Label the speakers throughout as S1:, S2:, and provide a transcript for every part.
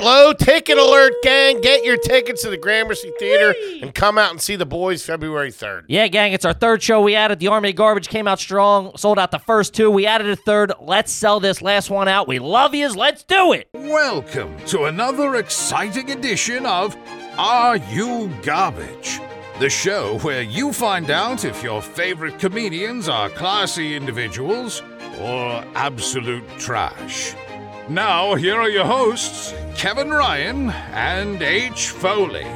S1: low ticket alert, gang. Get your tickets to the Gramercy Theater and come out and see the boys February 3rd.
S2: Yeah, gang, it's our third show. We added the Army of Garbage, came out strong, sold out the first two. We added a third. Let's sell this last one out. We love yous. Let's do it.
S3: Welcome to another exciting edition of Are You Garbage? The show where you find out if your favorite comedians are classy individuals or absolute trash. Now, here are your hosts, Kevin Ryan and H. Foley.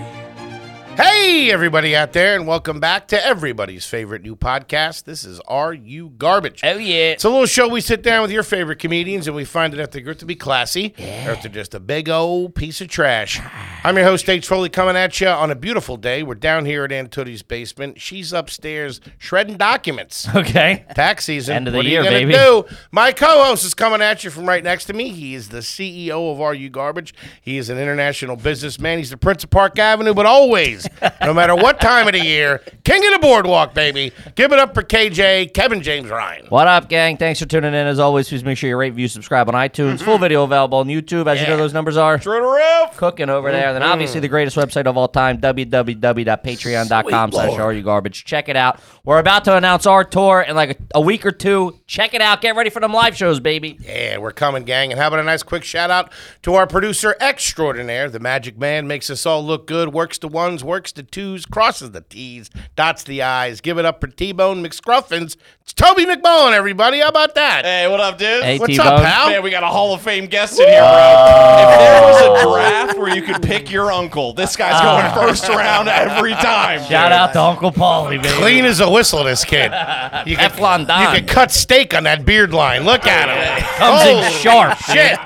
S1: Hey, everybody out there, and welcome back to everybody's favorite new podcast. This is Are You Garbage?
S2: Oh, yeah.
S1: It's a little show we sit down with your favorite comedians and we find it if they're good to be classy or if they're just a big old piece of trash. I'm your host, H. Foley, coming at you on a beautiful day. We're down here at Aunt Tootie's basement. She's upstairs shredding documents.
S2: Okay.
S1: Tax season.
S2: End of the
S1: what
S2: year,
S1: are you gonna
S2: baby.
S1: Do? My co-host is coming at you from right next to me. He is the CEO of RU Garbage. He is an international businessman. He's the Prince of Park Avenue, but always, no matter what time of the year, king of the boardwalk, baby. Give it up for KJ, Kevin James Ryan.
S2: What up, gang? Thanks for tuning in. As always, please make sure you rate, view, subscribe on iTunes. Full video available on YouTube. As you know, those numbers are
S1: Through the roof.
S2: cooking over there. Then obviously the greatest website of all time, www.patreon.com slash are you garbage. Check it out. We're about to announce our tour in like a, a week or two. Check it out. Get ready for them live shows, baby.
S1: Yeah, we're coming, gang. And how about a nice quick shout out to our producer extraordinaire, the magic man, makes us all look good, works the ones, works the twos, crosses the T's, dots the I's. Give it up for T Bone McScruffins. It's Toby McMullen, everybody. How about that?
S4: Hey, what up, dude?
S2: Hey,
S1: What's
S2: T-Bone.
S1: up, pal?
S4: Man, we got a Hall of Fame guest in here, bro.
S5: Oh.
S4: If there was a draft where you could pick your uncle, this guy's
S5: Ah.
S4: going first round every time.
S2: Shout out to Uncle Paulie, baby.
S1: Clean as a whistle, this kid. You can,
S2: Teflon Don.
S1: you can cut steak on that beard line. Look at him.
S2: Comes in
S1: Holy
S2: sharp,
S1: Shit.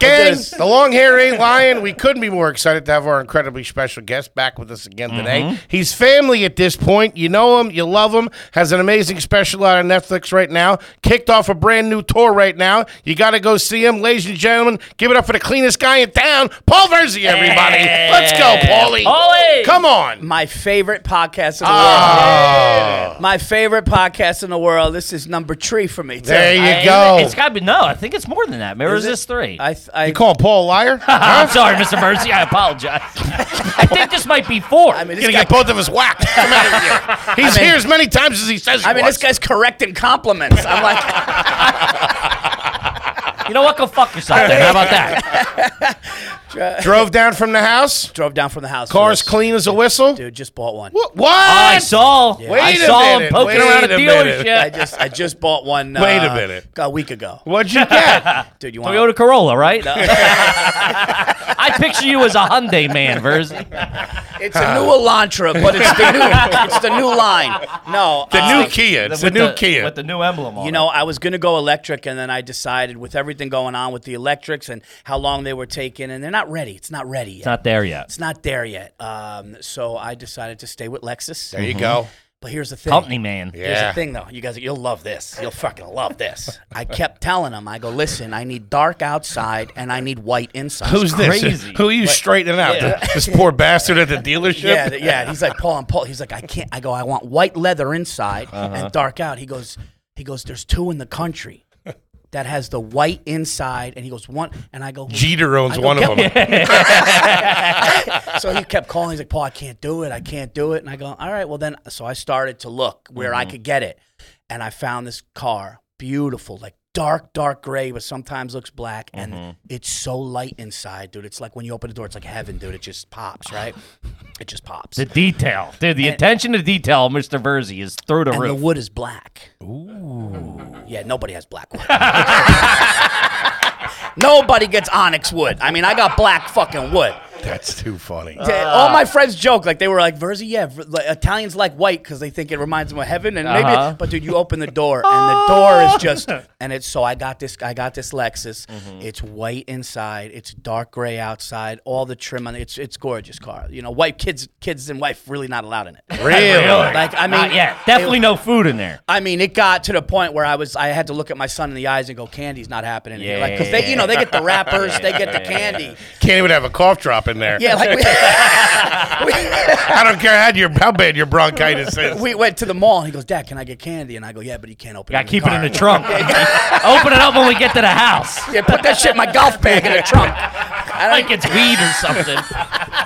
S1: Gang, the long hair ain't lying. We couldn't be more excited to have our incredibly special guest back with us again today. He's family at this point. You know him, you love him. Has an amazing special out on Netflix right now. Kicked off a brand new tour right now. You got to go see him, ladies and gentlemen. Give it up for the cleanest guy in town, Paul Verzi, everybody. Let's go, Paulie.
S2: Paulie.
S1: Come on. Oh,
S5: My favorite podcast in the
S1: Ah.
S5: world. My favorite podcast in the world. This is number three for me. Too.
S1: There you
S2: Hey,
S1: go.
S2: It's got to be no. I think it's more than that. Maybe it's
S5: it?
S2: just three. I,
S5: I, th- I,
S1: You calling Paul a liar?
S2: am sorry, Mr. Mercy. I apologize. I think this might be four.
S5: I mean,
S1: He's
S5: this
S1: gonna
S5: guy,
S1: get both of us whacked. Come out of here. He's
S5: mean-
S1: here as many times as he says. He
S5: I mean,
S1: was.
S5: this guy's correcting compliments. I'm like,
S2: you know what? Go fuck yourself. Then. How about that? Oh,
S1: drove down from the house.
S5: drove down from the house. for
S1: Car's
S5: this.
S1: clean as a whistle.
S5: Dude, just bought one.
S1: What?
S2: I
S1: What?
S2: saw.
S1: Wait
S2: I
S1: a
S2: saw him
S1: minute,
S2: poking
S1: wait
S2: around a
S1: a minute.
S5: I
S2: dealership.
S5: just, I just bought one. Uh,
S1: Wait a minute.
S5: A week ago,
S1: What'd you get?
S5: dude. You want
S2: Toyota Corolla, right? I picture you as a Hyundai man, Verzi.
S5: It's a new Elantra, but it's the new, it's the new line. No,
S1: The
S5: uh,
S1: new Kia. It's the
S2: With
S1: new
S2: the-
S1: Kia.
S2: with the new emblem on.
S5: You
S2: it.
S5: know, I was going to go electric, and then I decided with everything going on with the electrics and how long they were taking, and they're not ready. It's not ready yet.
S2: it's not there yet.
S5: It's not there yet. Um, so I decided to stay with Lexus.
S1: there you go.
S5: But here's the thing.
S2: Mm-hmm. Company man.
S5: Here's
S1: Yeah.
S5: the thing, though. You guys, you'll love this. You'll fucking love this. I kept telling him, I go, listen, I need dark outside and I need white inside.
S1: Who's this?
S2: crazy.
S1: Who are you straightening out? The- This poor bastard at the dealership.
S5: Yeah, th- yeah. He's like Paul and Paul. He's like, I can't. I go, I want white leather inside
S2: Uh-huh.
S5: and dark out. He goes, he goes. There's two in the country that has the white inside, and he goes one. And I go,
S1: Jeter owns
S5: I go,
S1: one of
S5: "Get
S1: them.
S5: so he kept calling. He's like, Paul, I can't do it. I can't do it. And I go, all right, well then. So I started to look where
S1: Mm-hmm.
S5: I could get it, and I found this car, beautiful, like dark, dark gray, but sometimes looks black, and
S1: Mm-hmm.
S5: it's so light inside, dude. It's like when you open the door, it's like heaven, dude. It just pops, right? it just pops.
S2: The detail, dude. The attention to detail, Mr. Verzi, is through the
S5: and
S2: roof.
S5: the wood is black. Ooh. Yeah, nobody has black wood. nobody gets onyx wood. I mean, I got black fucking wood.
S1: That's too funny.
S5: Th- All my friends joke like they were like Verzi, yeah, v- like, Italians like white because they think it reminds them of heaven, and
S2: Uh-huh.
S5: maybe. But dude, you open the door and the door is just, and it's so I got this, I got this Lexus.
S1: Mm-hmm.
S5: It's white inside, it's dark gray outside, all the trim on it. It's it's gorgeous car. You know, white kids, kids and wife really not allowed in it.
S1: Really?
S5: Like I mean,
S2: Not yet. Definitely no food in there.
S5: I mean, it got to the point where I was, I had to look at my son in the eyes and go, "Candy's not happening." Yeah, like because they, you know, they get the wrappers, they get the candy.
S1: Can't even have a cough drop in there.
S5: Yeah, like
S1: I don't care how your how bad your bronchitis is.
S5: we, we went to the mall and he goes, "Dad, can I get candy?" And I go, "Yeah, but you can't open.
S2: Got
S5: it
S2: to
S5: in
S2: keep it
S5: the
S2: in
S5: car."
S2: the trunk. Open it up when we get to the house.
S5: Yeah, put that shit in my golf bag in the trunk.
S2: like it's weed or something.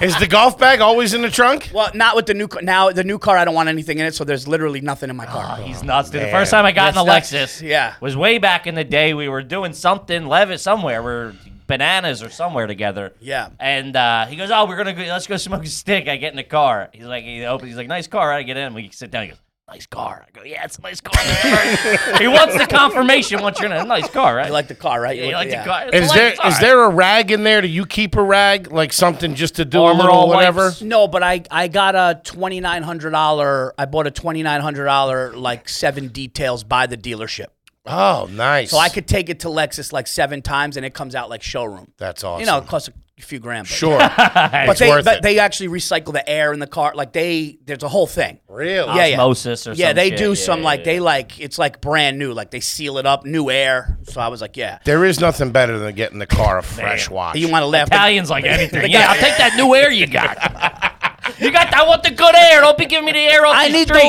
S1: Is the golf bag always in the trunk?
S5: Well, not with the new car. Now the new car, I don't want anything in it, so there's literally nothing in my car.
S2: Ah, He's nuts, dude. The first time I got in a
S5: That's
S2: Lexus,
S5: nuts. Yeah.
S2: was way back in the day. We were doing something, Levitt, somewhere. We were bananas or somewhere together.
S5: Yeah.
S2: And uh, he goes, "Oh, we're gonna go, let's go smoke a stick." I get in the car. He's like, he opens. He's like, "Nice car." I get in. We sit down. He goes, "Nice car." I go, "Yeah, it's a nice car." man." he wants the confirmation once you're in a nice car, right?
S5: you like the car, right?
S2: Yeah, you
S5: look-
S2: like
S5: yeah.
S2: the car. It's
S1: Is
S2: a
S1: there
S2: nice car.
S1: is there a rag in there? Do you keep a rag like something just to do a
S2: Armor
S1: little
S2: All
S1: whatever?
S2: wipes.
S5: No, but I, I got a twenty nine hundred dollar. I bought a twenty nine hundred dollar like seven details by the dealership,
S1: Oh, nice.
S5: so I could take it to Lexus like seven times, and it comes out like showroom.
S1: That's awesome.
S5: You know, it costs a few grand. But
S1: sure. but
S5: but they
S1: worth
S5: but
S1: it.
S5: they actually recycle the air in the car. Like they, there's a whole thing.
S1: really?
S5: Yeah, yeah.
S2: Osmosis or
S5: Yeah,
S2: some
S5: they
S2: shit.
S5: do
S2: Yeah,
S5: some
S2: yeah,
S5: like
S2: yeah.
S5: they like it's like brand new. Like they seal it up, new air. So I was like, yeah.
S1: There is nothing better than getting the car a fresh wash.
S5: You want to laugh?
S2: Italians like anything. yeah, I'll take that new air you got. you got. I want the good air. Don't be giving me the air off
S5: I
S2: the
S5: need
S2: street.
S5: the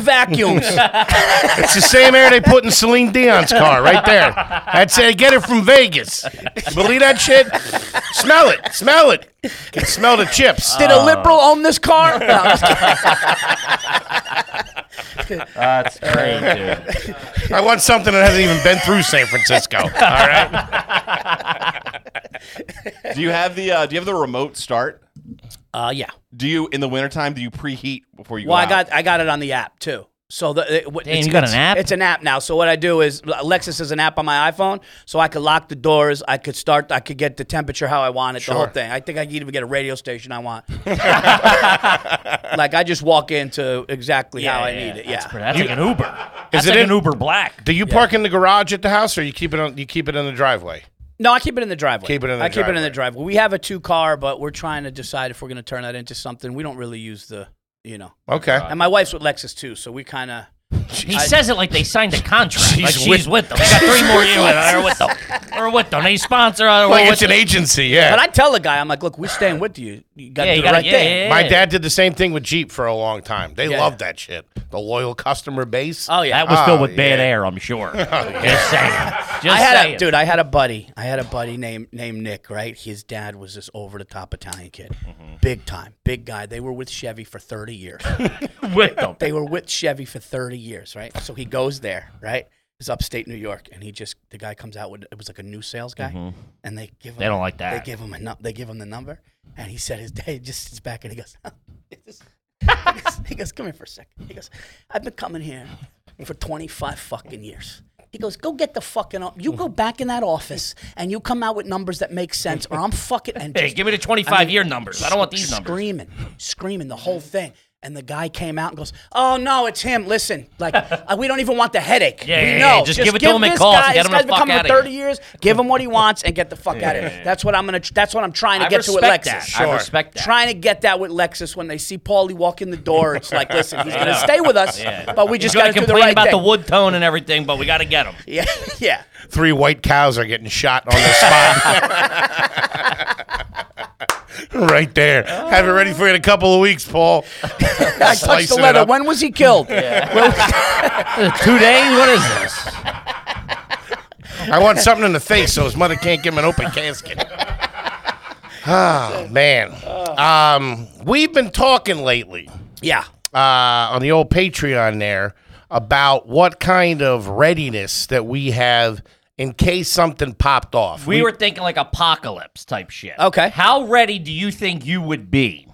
S5: vacuums.
S1: it's the same air they put in Celine Dion's car right there. I'd say get it from Vegas. Believe that shit? smell it. Smell it. Can smell the chips.
S5: Did a liberal own this car? No, I'm just kidding.
S2: That's great, dude.
S1: I want something that hasn't even been through San Francisco. All right.
S4: Do you have the uh, Do you have the remote start?
S5: uh, yeah.
S4: Do you in the wintertime? Do you preheat before you?
S5: Well,
S4: go
S5: I
S4: out?
S5: got I got it on the app too. So the it, what-
S2: Damn, you got an app?
S5: It's an app now. So what I do is Lexus is an app on my iPhone, so I could lock the doors. I could start. I could get the temperature how I want it. The whole thing. I think I could even get a radio station I want. like I just walk into exactly how I need it.
S2: That's,
S5: Yeah.
S2: pretty- that's like an Uber.
S1: Is
S2: That's
S1: it
S2: like
S1: in-
S2: an Uber Black.
S1: Do you park in the garage at the house, or you keep it on? You keep it in the driveway.
S5: No, I keep it in the driveway.
S1: Keep it in the
S5: I keep it in
S1: driveway.
S5: the driveway. We have a two car, but we're trying to decide if we're going to turn that into something. We don't really use the, you know.
S1: Okay.
S5: And my wife's with Lexus too, so we kind of.
S2: He says it like they signed a contract.
S1: She's
S2: like she's
S1: with-
S2: with, them. They got three more years with her. with them. Or with them. They sponsor her.
S1: like
S2: or
S1: it's
S2: with
S1: an
S2: them.
S1: agency. Yeah.
S5: But I tell the guy, I'm like, look, we're staying with you. You got to
S2: Yeah,
S5: do
S2: you
S5: the
S2: got
S5: right
S2: yeah,
S5: thing.
S2: yeah,
S1: My
S2: yeah.
S1: dad did the same thing with Jeep for a long time. They
S5: Yeah.
S1: loved that shit. The loyal customer base.
S5: Oh yeah,
S2: That was filled
S1: Oh,
S2: with bad
S1: yeah. Oh,
S2: air, I'm sure. Just saying. Just
S5: I had
S2: saying.
S5: a dude. I had a buddy. I had a buddy named named Nick. Right, his dad was this over the top Italian kid,
S2: Mm-hmm.
S5: big time, big guy. They were with Chevy for 30 years.
S2: with them.
S5: they were with Chevy for 30 years, right? So he goes there, right? It's upstate New York, and he just the guy comes out with it was like a new sales guy, and they give him,
S2: Mm-hmm. They don't like that.
S5: They give him a num- they give him the number, and he said his day just sits back and he goes, he goes, he goes, come here for a second. He goes, I've been coming here for 25 fucking years. He goes, go get the fucking. o- You go back in that office and you come out with numbers that make sense, or I'm fucking. And
S2: Hey,
S5: just
S2: give me the 25 year numbers. I don't want these numbers.
S5: Screaming, screaming the whole thing. And the guy came out and goes, "Oh no, it's him! Listen, like uh, we don't even want the headache.
S2: Yeah,
S5: we
S2: yeah,
S5: know.
S2: yeah, just give it to him and
S5: this
S2: call us
S5: guy-
S2: and get
S5: this
S2: him the
S5: guy's been
S2: fuck
S5: coming for
S2: outta here."
S5: thirty years. Give him what he wants and get the fuck out of here. That's what I'm gonna. tr- That's what I'm trying to
S2: I
S5: get to with
S2: respect
S5: Lexus.
S2: that. I respect that.
S5: Trying to get that with Lexus when they see Paulie walk in the door, it's like, listen, he's gonna stay with us, but we just
S2: He's gonna
S5: gotta do the
S2: complain
S5: right
S2: about the
S5: thing.
S2: wood tone and everything, but we got to get him.
S5: yeah, yeah.
S1: Three white cows are getting shot on the spot. right there. Have it ready for you in a couple of weeks, Paul.
S5: I touched the
S1: Slicing it
S5: letter.
S1: up.
S5: When was he killed?
S2: Two days? What is this?
S1: I want something in the face so his mother can't give him an open casket. Oh, man. Um, we've been talking lately.
S5: yeah.
S1: uh, on the old Patreon there about what kind of readiness that we have in case something popped off.
S2: We, were thinking like apocalypse type shit.
S5: Okay.
S2: How ready do you think you would be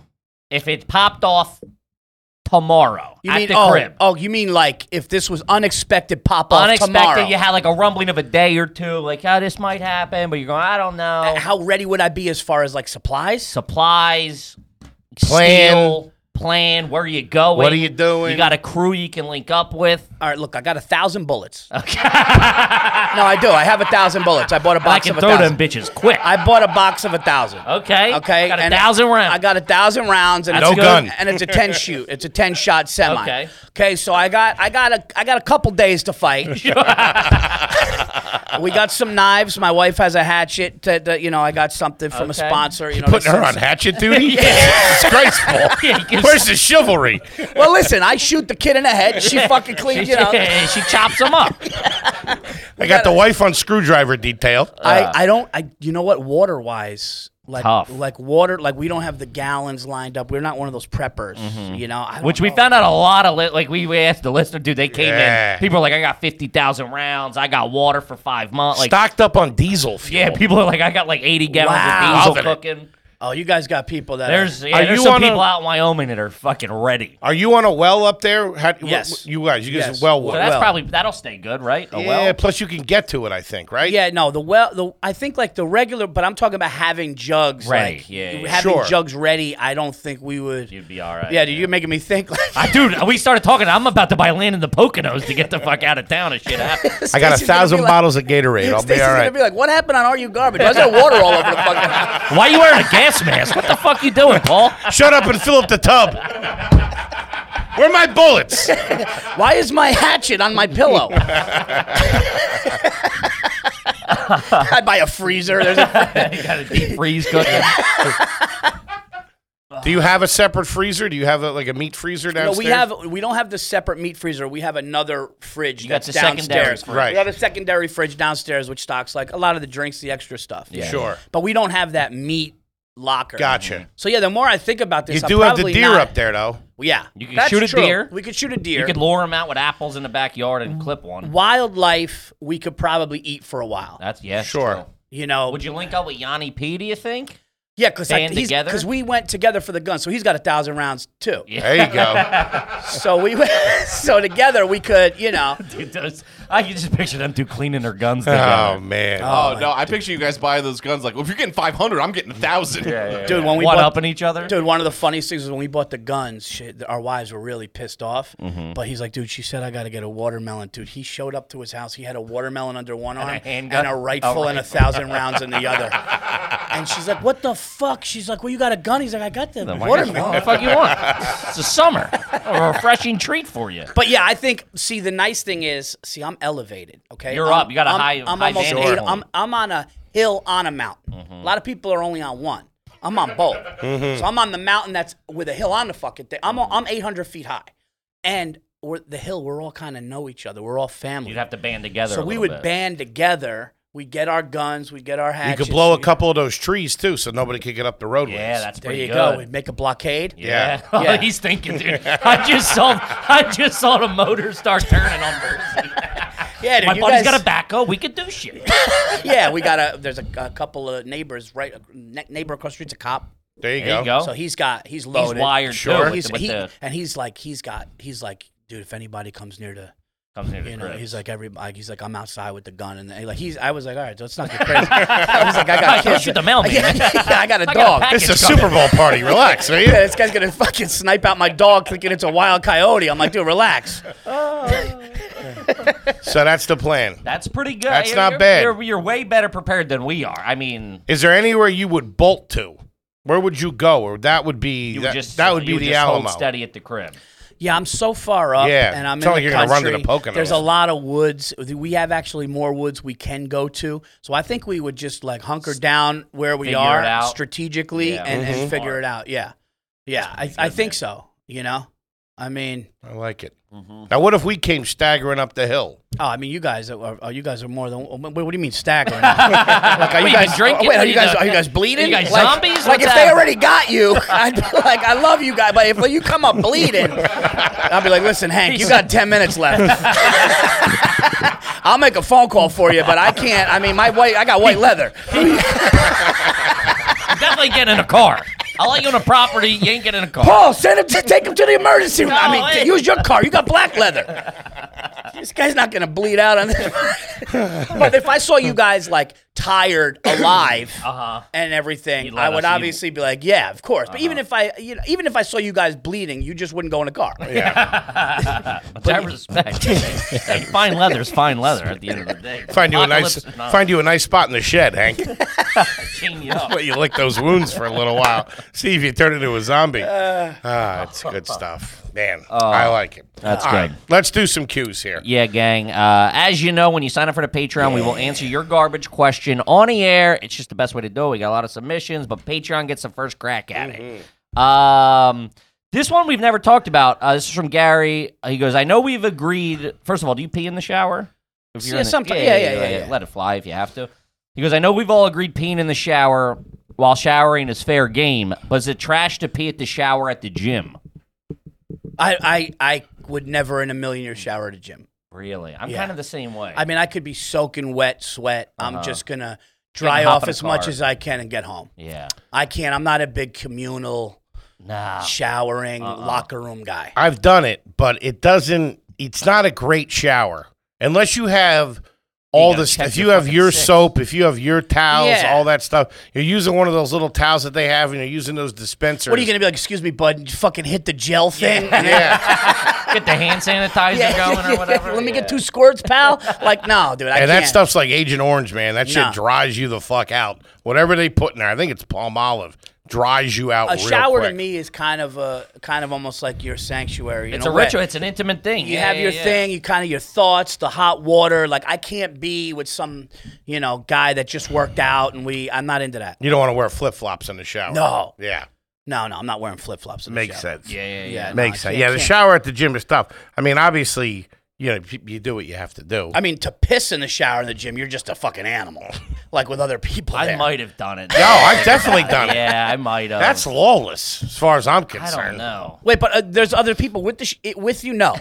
S2: if it popped off tomorrow
S5: You
S2: at
S5: mean
S2: the
S5: oh,
S2: crib?
S5: oh, you mean like if this was unexpected pop off
S2: Unexpected,
S5: tomorrow?
S2: you had like a rumbling of a day or two, like, oh, this might happen, but you're going, I don't know.
S5: How ready would I be as far as like supplies?
S2: Supplies,
S1: Plan.
S2: steel, plan, where you going?
S1: What are you doing?
S2: You got a crew you can link up with.
S5: All right, look, I got a thousand bullets. Okay. no, I do. I have a thousand bullets. I bought a
S2: I
S5: box
S2: can
S5: of a
S2: throw them
S5: thousand.
S2: bitches quick.
S5: I bought a box of a thousand.
S2: okay.
S5: Okay.
S2: Got a
S5: and
S2: thousand rounds.
S5: I got a thousand rounds, and
S2: That's
S5: it's
S2: No
S5: a-
S1: gun.
S5: and it's a ten shoot. It's a ten shot semi.
S2: Okay.
S5: Okay. So I got, I got a, I got a couple days to fight. we got some knives. My wife has a hatchet. To, to- you know, I got something from a
S2: Okay.
S5: sponsor. You know,
S1: putting
S5: to-
S1: her on hatchet duty? Disgraceful.
S2: Yeah, you can
S1: Where's the chivalry?
S5: Well, listen, I shoot the kid in the head. She fucking
S2: She,
S5: cleans, you know.
S2: she chops them up.
S1: I got the wife on screwdriver detail.
S5: I, I don't I you know what water wise like
S2: Tough.
S5: like water like we don't have the gallons lined up. We're not one of those preppers, you know. I don't
S2: Mm-hmm. Which we
S5: know.
S2: found out a lot of li- like we, we asked the listener, dude. They came
S1: Yeah.
S2: in. People are like, I got fifty thousand rounds. I got water for five months. Like,
S1: Stocked up on diesel fuel.
S2: yeah, people are like, I got like eighty gallons
S5: Wow.
S2: of diesel
S1: Loving it.
S2: cooking.
S5: Oh, you guys got people that
S2: There's
S5: are,
S2: yeah,
S1: Are
S2: there's
S1: you
S2: some
S1: on a-
S2: people out in Wyoming that are fucking ready.
S1: Are you on a well up there? How,
S5: Yes.
S1: You guys, you guys
S5: Yes.
S1: well
S2: So
S1: water.
S2: that's
S5: well.
S2: probably that'll stay good, right? A
S1: yeah,
S2: well.
S1: plus you can get to it, I think, right?
S5: Oh, Yeah, no, the well the I think like the regular but I'm talking about having jugs
S2: Ready,
S5: like
S2: yeah, yeah,
S5: having
S1: Sure.
S5: jugs ready, I don't think we would
S2: You'd be all right.
S5: Yeah, dude, you're making me think like
S2: I, dude, we started talking. I'm about to buy land in the Poconos to get the fuck out of town and shit happens.
S1: I got a
S5: Stacy's gonna be
S1: thousand
S5: like-
S1: bottles of Gatorade. I'll
S5: Stacy's
S1: be all
S5: gonna
S1: right.
S5: be like, "What happened on Are You Garbage? Why is there water all over the fucking?" house?"
S2: Why you wearing a gas mask? What the fuck you doing, Paul?
S1: Shut up and fill up the tub. Where are my bullets?
S5: Why is my hatchet on my pillow? I buy a freezer. There's a,
S2: you got a deep freeze cooking.
S1: Do you have a separate freezer? Do you have a, like a meat freezer
S5: no,
S1: downstairs?
S5: we have we don't have the separate meat freezer. We have another fridge
S2: got
S5: that's
S2: the secondary
S5: downstairs.
S2: fridge.
S1: Right.
S5: We have a secondary fridge downstairs which stocks like a lot of the drinks, the extra stuff.
S2: Yeah.
S1: Sure.
S5: But we don't have that meat locker.
S1: Gotcha.
S5: So yeah, the more I think about this,
S1: You
S5: I'm
S1: do have the
S5: Mm. probably
S1: deer
S5: not-
S1: up there, though.
S5: Yeah,
S2: You could
S5: that's
S2: shoot a
S5: true.
S2: deer.
S5: We could shoot a
S2: You
S5: deer.
S2: could lure them out with apples in the backyard and clip one.
S5: Wildlife, we could probably eat for a while.
S2: That's yes.
S1: Sure.
S2: true.
S5: You know,
S2: Would you link up with Yanni P? Do you think?
S5: Yeah, because
S2: band together?
S5: because we went together for the gun, so he's got a thousand rounds too.
S1: There you go. Oh,
S5: So we went, so together we could, you know,
S2: Dude, those- I can just picture them two cleaning their guns together.
S1: oh man.
S4: Oh, no, I picture you guys buy those guns. Like, well, if you're getting 500, I'm getting 1,000.
S5: dude. When we
S2: One
S5: bought,
S2: up in each other.
S5: dude, one of the funniest things was when we bought the guns. Shit, our wives were really pissed off. But he's like, dude, she said I got to get a watermelon. Dude, he showed up to his house. He had a watermelon under one arm
S2: handgun?
S5: and a rifle and a thousand rounds in the other. And she's like, what the fuck? She's like, well, you got a gun. He's like, I got the
S2: What the
S5: watermelon.
S2: fuck you want? It's the summer. A refreshing treat for you.
S5: But yeah, I think. See, the nice thing is, see, I'm elevated. Okay,
S2: You're
S5: I'm-
S2: up. You got a
S5: I'm-
S2: high-
S5: I'm
S2: high
S5: almost
S2: vantage
S5: eight.
S2: point. Mm-hmm.
S5: I'm I'm on a hill on a mountain. A lot of people are only on one. I'm on both.
S1: Mm-hmm.
S5: So I'm on the mountain that's with a hill on the fucking thing. I'm on- I'm 800 feet high, and we're the hill. We're all kind of know each other. We're all family.
S2: You'd have to band together.
S5: so
S2: a
S5: we
S2: little bit.
S5: would band together. We get our guns. We get our
S1: You
S5: hatchets.
S1: could blow a
S5: we-
S1: couple of those trees too, so nobody could get up the roadways.
S2: Yeah, that's
S5: There
S2: pretty
S5: you
S2: good.
S5: go. We make a blockade.
S2: Yeah.
S5: Yeah.
S2: He's thinking, dude. I just saw I just saw the motor start turning on Mercy.
S5: Yeah, dude,
S2: My
S5: you
S2: buddy's got
S5: guys-
S2: a backhoe. We could do shit.
S5: yeah, we got a. There's a, a couple of neighbors right ne- neighbor across the street's a cop.
S1: There you
S2: There you
S1: go.
S2: go.
S5: So he's got he's
S2: He's
S5: loaded.
S2: wired
S1: Sure.
S2: too. with
S5: He's-
S2: the- with
S5: he-
S2: the-
S5: and he's like he's got he's like dude if anybody comes near to
S2: comes near the
S5: you know
S2: crib.
S5: he's like every like, he's like I'm outside with the gun and like he's I was like all right let's not get crazy I was like I got
S2: Go
S5: kids
S2: shoot the mailman.
S5: yeah, I got a
S2: I got a
S5: dog
S2: package.
S1: It's a Super Bowl party. Relax, are
S5: yeah,
S1: you?
S5: this guy's gonna fucking snipe out my dog thinking it's a wild coyote I'm like dude relax
S1: So that's the plan.
S2: That's pretty good.
S1: That's
S2: You're-
S1: not
S2: you're-
S1: bad.
S2: You're, you're way better prepared than we are. I mean,
S1: Is there anywhere you would bolt to? Where would you go? Or that would be
S2: you would
S1: that,
S2: just
S1: that would
S2: you
S1: be the
S2: just
S1: Alamo.
S2: Hold steady at the crib.
S5: yeah I'm so far up
S1: Yeah,
S5: and I'm
S1: it's
S5: in
S1: not
S5: the
S1: like you're gonna
S5: country
S1: run to the Poconos.
S5: there's a lot of woods we have actually more woods we can go to so I think we would just like hunker down where we
S2: Figure
S5: are
S2: it out.
S5: strategically
S2: Yeah,
S5: and, and
S1: Mm-hmm.
S2: Mhm.
S5: figure it out yeah yeah I, I think so you know I mean.
S1: I like it.
S2: Mm-hmm.
S1: Now, what if we came staggering up the hill?
S5: Oh, I mean, you guys are, are you guys are more than. What, what do you mean staggering? like, are
S2: What, you been drinking?
S5: Wait,
S2: What
S5: are
S2: do
S5: you
S2: you
S5: guys
S2: know?
S5: are you guys bleeding?
S2: Are you guys
S5: like,
S2: zombies?
S5: Like
S2: What's
S5: if they
S2: happening?
S5: already got you, I'd be like, I love you guys, but if you come up bleeding, I'd be like, listen, Hank, you got ten minutes left. I'll make a phone call for you, but I can't. I mean, my white, I got white leather.
S2: Definitely get in a car. I'll let you on a property. You ain't getting in a car.
S5: Paul, send him to take him to the emergency room. I mean,
S2: Golly.
S5: use your car. You got black leather. this guy's not gonna bleed out on this. but if I saw you guys like tired, alive,
S2: Uh-huh.
S5: and everything,
S2: You'd let
S5: I would
S2: us- Uh-huh. you'd-
S5: obviously be like, yeah, of course. But even if I, you know, even if I saw you guys bleeding, you just wouldn't go in a car.
S2: With that respect. hey, fine leather's fine leather at the end of the day.
S1: Find you a
S2: Apocalypse
S1: nice
S2: is not
S1: find you a nice spot in the shed, Hank.
S2: fucking you up.
S1: Let you lick those wounds for a little while. See if you turn into a zombie. ah, it's good stuff, man. I like it.
S2: Oh. That's
S1: All right,
S2: good.
S1: let's do some cues here.
S2: Yeah, gang. Uh, as you know, when you sign up for the Patreon, we will answer your garbage question on the air. It's just the best way to do it. We got a lot of submissions, but Patreon gets the first crack at it. Um, This one we've never talked about. Uh, this is from Gary. Uh, he goes, I know we've agreed. First of all, do you pee in the shower? If
S5: Yeah,
S2: in the-
S5: sometime- yeah, yeah, yeah, yeah.
S2: Let it fly if you have to. He goes, I know we've all agreed peeing in the shower while showering is fair game, but is it trash to pee at the shower at the gym?
S5: I, I, I would never in a million years shower at a gym.
S2: Really? I'm
S5: Yeah.
S2: kind of the same way.
S5: I mean, I could be soaking wet, sweat. I'm just gonna dry
S2: hop
S5: off
S2: Uh-huh. in a
S5: as much
S2: car.
S5: as I can and get home.
S2: yeah.
S5: I can't. I'm not a big communal
S2: Nah.
S5: showering
S2: Uh-uh.
S5: locker room guy.
S1: I've done it, but it doesn't. It's not a great shower unless you have all
S2: gotta
S1: this.
S2: check
S1: If
S2: your
S1: you have
S2: fucking
S1: your
S2: six.
S1: soap, if you have your towels,
S5: Yeah.
S1: all that stuff, you're using one of those little towels that they have, and you're using those dispensers.
S5: What are you gonna be like? Excuse me, bud. You fucking hit the gel thing.
S1: Yeah,
S2: Get the hand sanitizer going or whatever.
S5: Let me get
S2: Yeah.
S5: two squirts, pal. Like, no, dude. I
S1: and that
S5: can't.
S1: stuff's like Agent Orange, man. That
S5: No.
S1: shit dries you the fuck out. Whatever they put in there, I think it's palm olive, dries you out.
S5: A
S1: real
S5: shower to
S1: quick.
S5: me is kind of a kind of almost like your sanctuary. you
S2: It's
S5: know,
S2: a
S5: where
S2: ritual. It's an intimate thing.
S5: You
S2: Yeah,
S5: have
S2: yeah,
S5: your
S2: yeah.
S5: thing. You kind of your thoughts, the hot water. Like I can't be with some, you know, guy that just worked out, and we. I'm not into that.
S1: You don't want to wear flip flops in the shower.
S5: No.
S1: Yeah,
S5: No, no, I'm not wearing flip flops.
S1: makes sense.
S2: Yeah, yeah, yeah.
S5: Yeah, no, I
S1: makes sense.
S5: can't-
S1: Yeah, the
S5: can't.
S1: shower at the gym is tough. I mean, obviously, you know, you- you do what you have to do.
S5: I mean, to piss in the shower in the gym, you're just a fucking animal, like with other people.
S2: I
S5: there.
S2: might have done it.
S1: no, I've definitely done it.
S2: yeah, I might have.
S1: That's lawless, as far as I'm
S2: I
S1: concerned.
S2: don't know.
S5: Wait, but uh, there's other people with the sh- it, with you. No,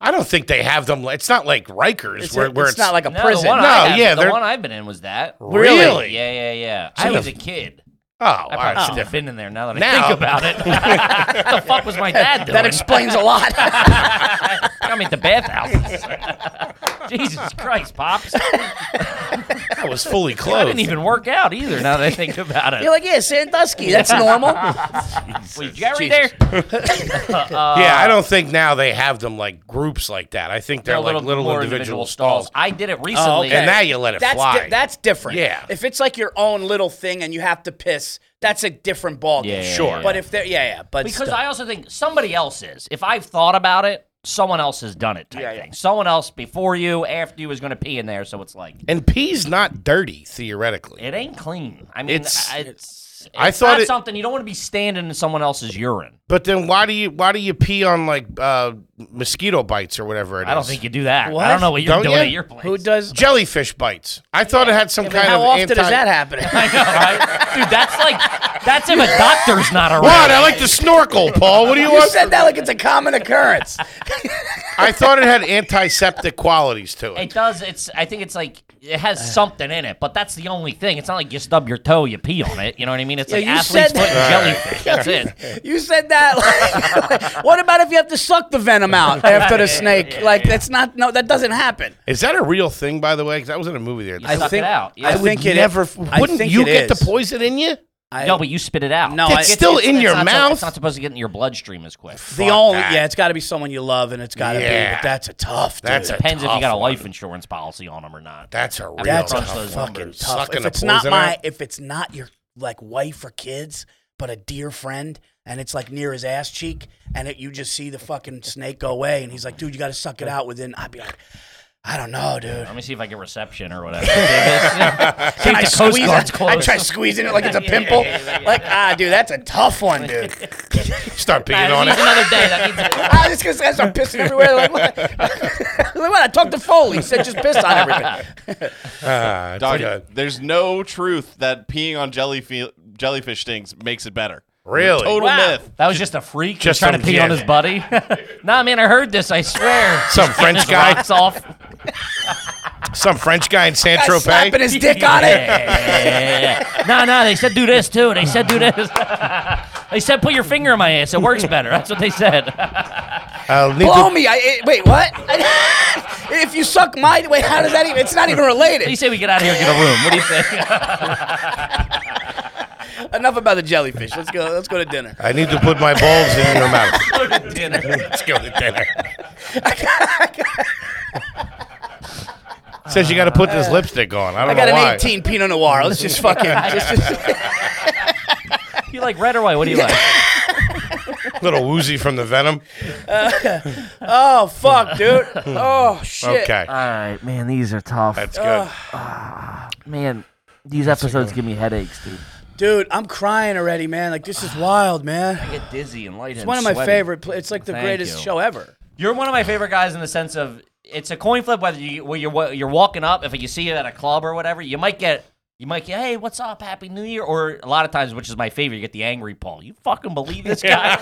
S1: I don't think they have them. It's not like Rikers
S5: it's,
S1: where,
S5: a-
S1: where
S5: it's not like a
S2: No,
S5: prison.
S2: The one
S1: No,
S2: I have-
S1: yeah,
S2: the
S1: they're-
S2: one I've been in was that.
S1: Really?
S2: Yeah, yeah, yeah. I
S1: Should've-
S2: was a kid.
S1: oh, all
S2: I probably
S1: right.
S2: shouldn't have been in there. Now that I
S1: Now-
S2: think about it, the fuck was my dad doing?
S5: that explains a lot.
S2: I'm at the bathhouse. Jesus Christ, pops! I
S1: I was fully
S2: didn't
S1: clothed.
S2: even work out either. Now that I think about it,
S5: you're like, yeah, Sandusky. That's normal.
S2: was Jerry
S5: Jesus.
S2: there?
S1: yeah, I don't think now they have them like groups like that. I think they're,
S2: A
S1: like
S2: little,
S1: little,
S2: more
S1: individual, stalls.
S2: I did it recently.
S5: okay.
S1: And now you let it
S5: That's
S1: fly.
S5: di- that's different.
S1: Yeah.
S5: If it's like your own little thing and you have to piss, that's a different ballgame.
S2: Yeah, yeah,
S1: Sure. yeah,
S5: But if they're yeah, yeah, but
S2: Because
S5: still.
S2: I also think somebody else is. If I've thought about it, someone else has done it. Type
S5: Yeah, yeah.
S2: thing. Someone else before you, after you, is going to pee in there. So it's like
S1: and pee's not dirty theoretically.
S2: it ain't clean. I mean,
S1: It's-
S2: it's. it's
S1: I
S2: it's
S1: thought
S2: not
S1: it-
S2: something you don't want to be standing in someone else's urine.
S1: But then why do you why do you pee on like uh, mosquito bites or whatever it is?
S2: I don't think you do that.
S5: What?
S2: I don't know what you're
S1: Don't
S2: doing
S1: ya?
S2: at your place.
S5: who does?
S1: jellyfish bites. I thought it had some
S5: I mean,
S1: kind
S5: how
S1: of
S5: often
S1: anti-
S5: does that happen?
S2: I know, right? Dude, that's like that's if a doctor's not around.
S1: What? I like to snorkel, Paul. What do you
S5: you
S1: want?
S5: said that like it's a common occurrence.
S1: I thought it had antiseptic qualities to
S2: It does. It's. I think it's like it has something in it, but that's the only thing. It's not like you stub your toe, you pee on it. You know what I mean? It's
S5: Yeah,
S2: like
S5: you
S2: athlete's
S5: said
S2: foot and
S1: that.
S2: jellyfish. That's it.
S5: you said that. Like, what about if you have to suck the venom out after the snake? like that's not no, that doesn't happen.
S1: Is that a real thing, by the way? Because I was in a movie there.
S2: I Suck it out. Yeah. I
S1: would
S5: it-
S1: never.
S5: I
S1: wouldn't
S5: think
S1: you
S5: it
S1: get
S5: is.
S1: the poison in you?
S5: I-
S2: No, but you spit it out.
S5: No, It's I-
S1: still in your
S2: not so-
S1: mouth.
S2: it's not supposed to get in your bloodstream as quick.
S5: the
S1: Fuck
S5: only
S1: that.
S5: yeah, it's got to be someone you love, and it's got to be.
S1: Yeah.
S5: But that's a tough. Dude.
S1: That's a
S2: Depends if
S1: tough
S2: you got a
S1: one.
S2: life insurance policy on them or not.
S1: That's a real
S5: That's a
S1: tough
S2: those
S1: one.
S5: fucking
S2: numbers.
S5: tough.
S1: Sucking
S5: If
S1: a
S5: it's not
S1: poison
S5: my,
S1: out?
S5: if it's not your like wife or kids, but a dear friend, and it's like near his ass cheek, and it, you just see the fucking snake go away, and he's like, "Dude, you got to suck it out." Within, I'd be like, "I don't know, dude.
S2: Let me see if I get reception or whatever. Yeah.
S5: Can I
S2: the Coast
S5: squeeze
S2: Guard's
S5: it? I
S2: closed.
S5: try squeezing it like it's a
S2: Yeah, yeah,
S5: pimple.
S2: yeah, yeah, yeah.
S5: Like, ah, dude, that's a tough one, dude. Ah,
S1: Start
S2: Nah,
S1: peeing
S2: that
S1: on
S2: needs
S1: it.
S2: another day. That needs a-
S5: I just because I'm pissing everywhere. Like, what? like what? I talked to Foley. He said just piss on everything.
S1: Ah, it's
S4: Dog,
S1: good.
S4: there's no truth that peeing on jellyfi- jellyfish stings makes it better.
S1: Really?
S4: Total
S5: Wow.
S4: myth.
S2: That was just a freak just
S1: Just
S2: trying to
S1: some
S2: pee on
S1: kid.
S2: his buddy. nah, man, I heard this. I swear.
S1: Some French
S2: Just
S1: guy,
S2: Rocks off.
S1: some French guy in Saint
S5: Guy slapping
S1: Tropez.
S5: his dick on it.
S2: Yeah. No, no, they said do this too. They said do this. they said put your finger in my ass. It works better. That's what they said.
S1: I'll need
S5: Blow
S1: to-
S5: me. I, eh, wait, what? if you suck my wait, how does that even? It's not even
S2: They
S5: related.
S2: say we get out of here and get a room. What do you think?
S5: Enough about the jellyfish. Let's go. Let's go to dinner.
S1: I need to put my balls in your mouth.
S2: dinner.
S1: Let's go to dinner. Says you got to put this lipstick on. I
S5: I
S1: don't
S5: got
S1: know
S5: an
S1: why.
S5: 18 Pinot Noir. Let's just fucking. Just, just,
S2: You like red or white? What do you like?
S1: Little woozy from the venom.
S5: oh fuck, dude. Oh shit.
S1: Okay,
S2: All right, man, these are tough.
S1: that's good.
S5: Ugh.
S2: Man, these episodes give me headaches, dude.
S5: Dude, I'm crying already, man. Like this is wild, man.
S2: I get dizzy and light.
S5: It's one of my favorite. Pl- it's like the
S2: Thank
S5: greatest
S2: you.
S5: show ever.
S2: You're one of my favorite guys in the sense of it's a coin flip whether you where you're wa- you're walking up if you see it at a club or whatever you might get you might get hey what's up happy new year or a lot of times which is my favorite you get the angry Paul you fucking believe this guy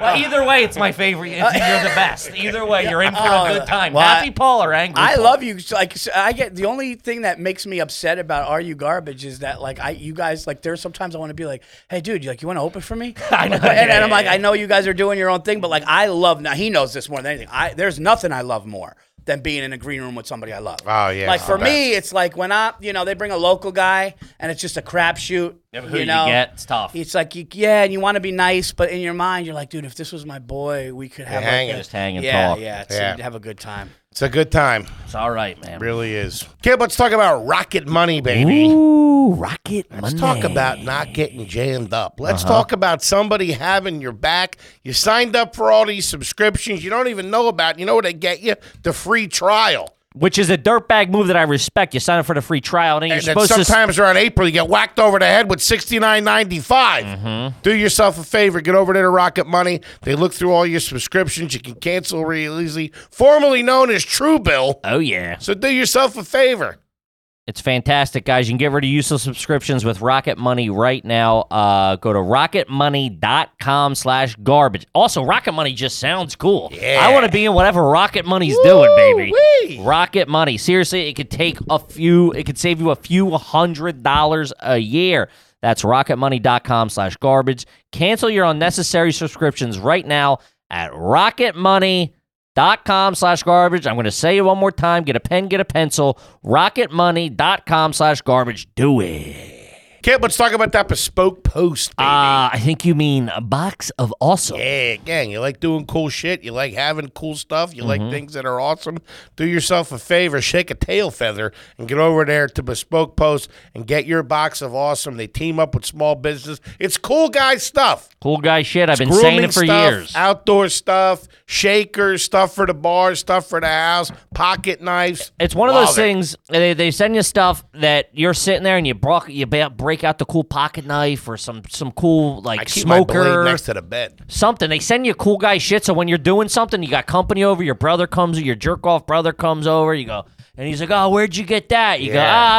S2: well either way it's my favorite It's- you're the best either way you're in for a good time
S5: Oh, Well, I-
S2: happy Paul or angry
S5: I
S2: Paul?
S5: love you. So, Like so I get the only thing that makes me upset about Are You Garbage is that like I you guys like there's sometimes I want to be like, hey dude, you like you want to open for me? I know. And, and I'm like, I know you guys are doing your own thing, but like I love now. He knows this more than anything. I there's nothing I love more than being in a green room with somebody I love.
S1: Oh, yeah,
S5: Like
S1: it's
S5: for
S1: the
S5: me, it's like when I you know they bring a local guy and it's just a crapshoot.
S2: Yeah, but who you
S5: know?
S2: get, it's tough.
S5: It's like you, yeah, and you want to be nice, but in your mind you're like, dude, if this was my boy, we could have
S1: hang
S5: like,
S1: it.
S5: a-
S2: Just hang and
S5: yeah,
S2: talk.
S5: yeah, it's,
S1: Yeah.
S5: have a good time.
S1: It's a good time.
S2: it's all right man
S1: Really is. Kid, let's talk about Rocket Money, baby.
S2: ooh rocket
S1: Let's talk about not getting jammed up. Let's
S2: Uh-huh.
S1: talk about somebody having your back. You signed up for all these subscriptions you don't even know about. You know what they get you? The free trial.
S2: which is a dirtbag move that I respect you sign up for the free trial and then you're
S1: And then
S2: supposed to
S1: sometimes around April, you get whacked over the head with sixty nine ninety five.
S2: Mm-hmm.
S1: Do yourself a favor, get over there to Rocket Money. They look through all your subscriptions. You can cancel really easily, formerly known as Truebill.
S2: oh yeah
S1: So do yourself a favor.
S2: It's fantastic, guys. You can get rid of useless subscriptions with Rocket Money right now. Uh, go to rocketmoney.com slash garbage. Also, Rocket Money just sounds cool. I want to be in whatever Rocket Money's doing, baby.
S1: Woo-wee.
S2: Rocket Money. Seriously, it could take a few, it could save you a few hundred dollars a year. That's rocketmoney.com slash garbage. Cancel your unnecessary subscriptions right now at rocketmoney.com dot com slash garbage. I'm going to say it one more time. Get a pen, get a pencil. Rocketmoney.com slash garbage. Do it.
S1: Kid, let's talk about that bespoke post, baby.
S2: Uh, I think you mean a box of awesome.
S1: Yeah, gang, you like doing cool shit. You like having cool stuff. You
S2: Mm-hmm.
S1: like things that are awesome. Do yourself a favor, shake a tail feather, and get over there to Bespoke Post and get your box of awesome. They team up with small business. It's cool guy stuff.
S2: Cool guy shit. I've been saying
S1: Grooming
S2: it for
S1: stuff,
S2: years.
S1: outdoor stuff, shakers, stuff for the bar, stuff for the house, pocket knives.
S2: It's one of
S1: Love
S2: those
S1: it.
S2: things. They, they send you stuff that you're sitting there and you broke, you ba- break out the cool pocket knife or some some cool
S1: I
S2: like
S1: keep my blade
S2: smoker
S1: next to the bed.
S2: something. They send you cool guy shit. So when you're doing something, you got company over, your brother comes or your jerk off brother comes over, you go, and he's like, oh, where'd you get that? You go,
S1: Yeah.
S2: "Ah,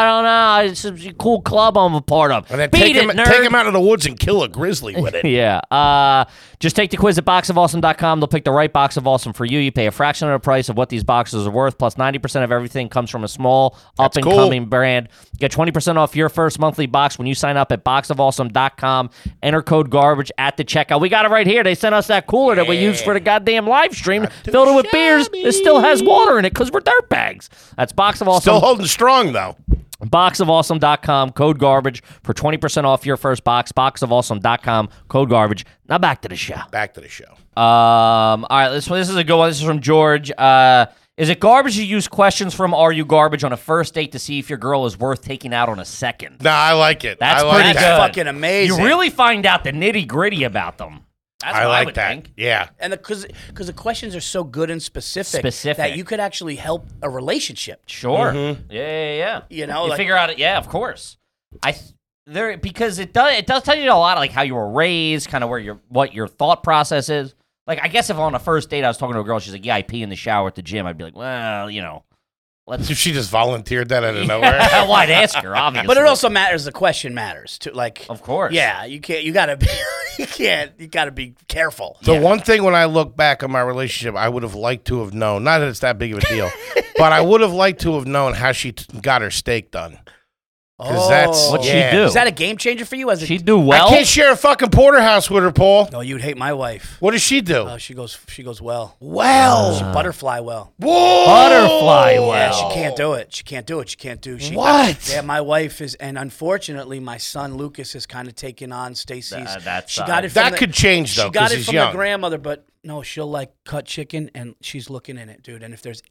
S2: I don't know. It's a- it's a cool club I'm a part of.
S1: And then
S2: Beat
S1: take
S2: it,
S1: him,
S2: nerd.
S1: take him out of the woods and kill a grizzly with it.
S2: Yeah. Uh, just take the quiz at boxofawesome.com. They'll pick the right box of awesome for you. You pay a fraction of the price of what these boxes are worth, plus 90% of everything comes from a small, up and coming brand. Get 20% off your first monthly box when you sign up at boxofawesome.com. Enter code garbage at the checkout. We got it right here. They sent us that cooler that we used for the goddamn live stream, filled it with beers. It still has water in it because we're dirtbags. That's box of awesome
S1: Still holding strong, though.
S2: boxofawesome.com code garbage for 20% off your first box boxofawesome.com code garbage now back to the show
S1: Back to the show.
S2: um all right this, this is a good one this is from george uh is it garbage to use questions from are you garbage on a first date to see if your girl is worth taking out on a second
S1: No, I like it.
S2: That's
S1: I like
S2: pretty
S1: that.
S2: good.
S5: fucking amazing.
S2: you really find out the nitty gritty about them that's
S1: I
S2: what
S1: like
S2: would
S1: that.
S2: think.
S1: Yeah.
S5: and because because the questions are so good and specific,
S2: Specific.
S5: that you could actually help a relationship.
S2: Sure. Yeah, yeah, yeah.
S5: Mm-hmm. You know,
S2: you
S5: like-
S2: figure out it. Yeah, of course. I th- there because it does it does tell you a lot, like how you were raised, kind of where your what your thought process is. Like, I guess if on a first date I was talking to a girl, she's like, "Yeah, I pee in the shower at the gym," I'd be like, "Well, you know, let's."
S1: If she just volunteered that out of nowhere.
S2: Well, I'd ask her, obviously.
S5: But it also matters. The question matters too. Like,
S2: of course,
S5: yeah, you can't. You gotta be. You can't. You gotta be careful.
S1: The one thing when I look back on my relationship, I would have liked to have known, not that it's that big of a deal, but I would have liked to have known how she t- got her steak done.
S5: Oh.
S1: Because that's
S5: What'd
S2: she
S1: yeah.
S2: do?
S5: Is that a game changer for you? As a,
S2: she'd do
S1: I
S2: well.
S1: can't share a fucking porterhouse with her, Paul.
S5: no, you'd hate my wife.
S1: What does she do?
S5: Oh, she goes. She goes well.
S1: well,
S5: She butterfly well.
S1: whoa,
S2: Uh, Butterfly well.
S5: Yeah, she can't do it. She can't do it. She can't do. She
S1: What?
S5: Yeah, my wife is, and unfortunately, my son Lucas has kind of taken on Stacy's.
S2: Th- that
S5: she
S2: side.
S5: got it. From
S1: That
S5: the,
S1: could change, though,
S5: She got
S1: 'cause
S5: it
S1: he's
S5: from
S1: young.
S5: the grandmother, but no, she'll like cut chicken, and she's looking in it, dude. And if there's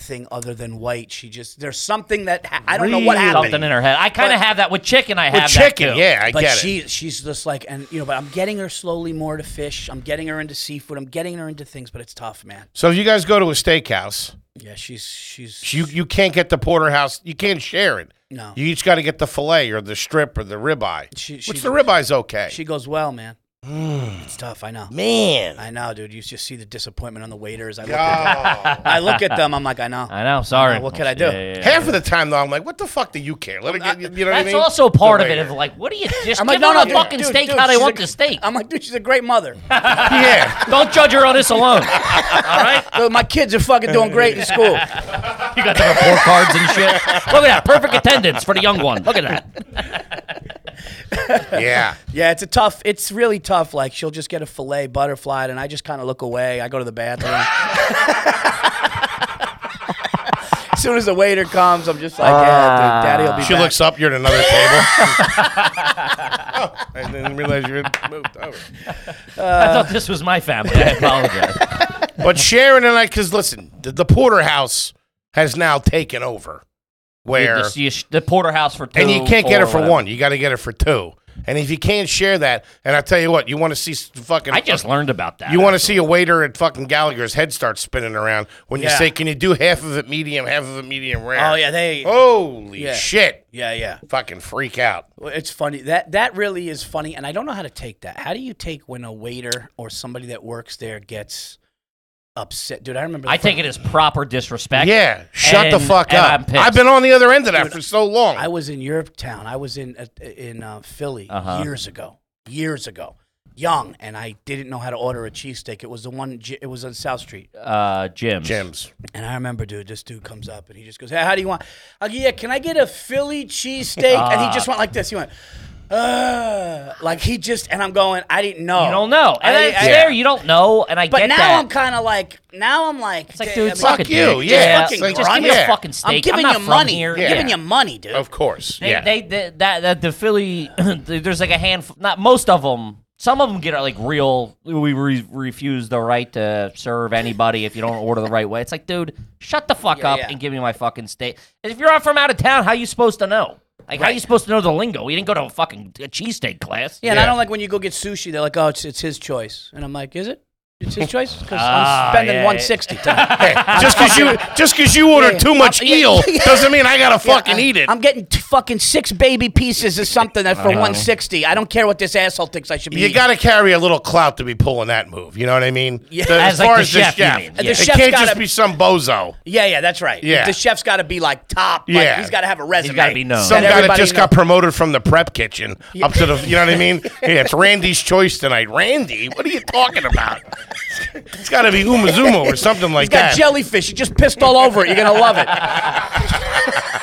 S5: anything other than white, she just there's something that ha- I don't know what
S1: Really?
S5: happened.
S2: something in her head. I kind of
S5: But-
S2: have that with chicken. I have
S1: With
S2: that
S1: chicken,
S2: too.
S1: yeah, I
S5: but
S1: get it.
S5: she she's just like, and you know, but I'm getting her slowly more to fish. I'm getting her into seafood. I'm getting her into things, but it's tough, man.
S1: So if you guys go to a steakhouse
S5: Yeah, she's she's
S1: You you can't get the porterhouse. You can't share it.
S5: No.
S1: You each got to get the fillet or the strip or the ribeye.
S5: She- she-
S1: Which the ribeye's okay.
S5: she goes well, man. It's tough. I know.
S1: Man.
S5: I know, dude. You just see the disappointment on the waiters. I look, at,
S1: Oh.
S5: I look at them. I'm like, I know.
S2: I know. Sorry.
S5: Uh, what could I do?
S1: Half of the time though, I'm like, what the fuck do you care? Let it get, you know what I
S2: That's
S1: mean?
S2: also
S1: The
S2: part of it.
S1: waiter.
S2: Of like, what do you just
S5: I'm
S2: give
S5: like, no,
S2: them
S5: no,
S2: a
S5: dude,
S2: fucking
S5: dude,
S2: steak
S5: dude,
S2: how they
S5: she's
S2: want
S5: a-
S2: the steak.
S5: I'm like, dude, she's a great mother.
S1: yeah.
S2: Don't judge her on this alone. All right.
S5: Dude, my kids are fucking doing great in school.
S2: You got the report cards and shit. Look at that. Perfect attendance for the young one. Look at that.
S1: Yeah.
S5: Yeah, it's a tough. It's really tough. Like she'll just get a fillet butterflied, and I just kind of look away. I go to the bathroom. as soon as the waiter comes, I'm just like, yeah, dude, daddy'll be.
S1: She
S5: back."
S1: looks up. You're at another table. oh, I didn't realize you had moved over.
S2: I thought this was my family. Uh, I apologize.
S1: But Sharon and I, because listen, the, the porterhouse has now taken over. Where
S2: the, the, the porterhouse for two.
S1: and you can't get
S2: or
S1: it for
S2: whatever.
S1: one. You got to get it for two. And if you can't share that, and I tell you what, you want to see s- fucking.
S2: I just learned about that.
S1: You want to see a waiter at fucking Gallagher's head start spinning around when you
S5: Yeah.
S1: say, "Can you do half of it medium, half of it medium rare?"
S5: Oh yeah, they.
S1: Holy
S5: Yeah.
S1: shit!
S5: Yeah, yeah.
S1: Fucking freak out.
S5: Well, It's funny that that really is funny, and I don't know how to take that. How do you take when a waiter or somebody that works there gets upset, dude? I remember. the
S2: I take
S5: fir-
S2: it as proper disrespect.
S1: Yeah, shut the
S2: And-
S1: fuck
S2: and
S1: up.
S2: I'm pissed.
S1: I've been on the other end of that for so long.
S5: I was in Europe town. I was in uh, in uh, Philly
S2: Uh-huh.
S5: years ago, years ago, young, and I didn't know how to order a cheesesteak. It was the one. j- It was on South Street,
S2: Uh, Jim's.
S1: Jim's.
S5: and I remember, dude. This dude comes up and he just goes, "Hey, how do you want?" I go, "Yeah, can I get a Philly cheesesteak?" and he just went like this. He went. Uh, like he just and I'm going. I didn't know.
S2: You don't know. And
S5: I-
S2: it's
S5: I-
S2: there. You don't know. And I
S5: But
S2: get
S5: now
S2: that.
S5: I'm kind of like, now I'm like,
S2: It's like,
S5: I
S2: dude,
S5: mean,
S2: suck
S1: fuck
S2: a
S1: you,
S2: dick.
S1: yeah.
S2: Yeah,
S1: It's
S2: like,
S1: like,
S2: just give me
S1: yeah.
S2: a fucking
S5: I'm
S2: steak.
S5: giving
S2: not
S5: you
S2: from
S5: money.
S2: Here.
S5: I'm giving
S2: Yeah.
S5: you money, dude.
S1: Of course.
S2: They,
S1: yeah.
S2: they, they- that that the Philly. there's like a handful. Not most of them. Some of them get like real. We re- refuse the right to serve anybody if you don't order the right way. It's like, dude, shut the fuck
S5: Yeah,
S2: up
S5: yeah.
S2: and give me my fucking steak. And if you're not from out of town, how you supposed to know? Like, how you supposed to know the lingo? You didn't go to a fucking a cheesesteak class.
S5: yeah, and I
S1: Yeah.
S5: don't like when you go get sushi. They're like, oh, it's, it's his choice, and I'm like, is it? It's his choice because
S2: Ah,
S5: I'm spending
S2: yeah, yeah.
S5: 160 tonight.
S1: Hey, just because you just because you ordered
S5: Yeah,
S1: too
S5: yeah.
S1: much
S5: Yeah,
S1: eel
S5: yeah.
S1: doesn't mean I gotta fucking
S5: I,
S1: eat it.
S5: I'm getting t- fucking six baby pieces or something that for 160. I don't care what this asshole thinks I should be.
S1: you
S5: eating.
S1: got to carry a little clout to be pulling that move. You know what I mean?
S5: Yeah.
S1: The-
S2: As like the chef, you mean.
S5: The
S1: it
S5: chef's
S1: can't just
S5: gotta-
S1: be some bozo.
S5: yeah, yeah, that's right.
S1: Yeah.
S5: the chef's got to be like top. Like,
S1: Yeah.
S5: he's got to have a resume.
S2: gotta be known.
S1: Some
S5: Let
S1: guy that
S5: everybody
S1: just
S5: know.
S1: got promoted from the prep kitchen up to the. You know what I mean? Yeah, it's Randy's choice tonight. Randy, what are you talking about? It's got to be Umazumo or something like
S5: He's got
S1: that.
S5: jellyfish. You just pissed all over it. You're gonna love it.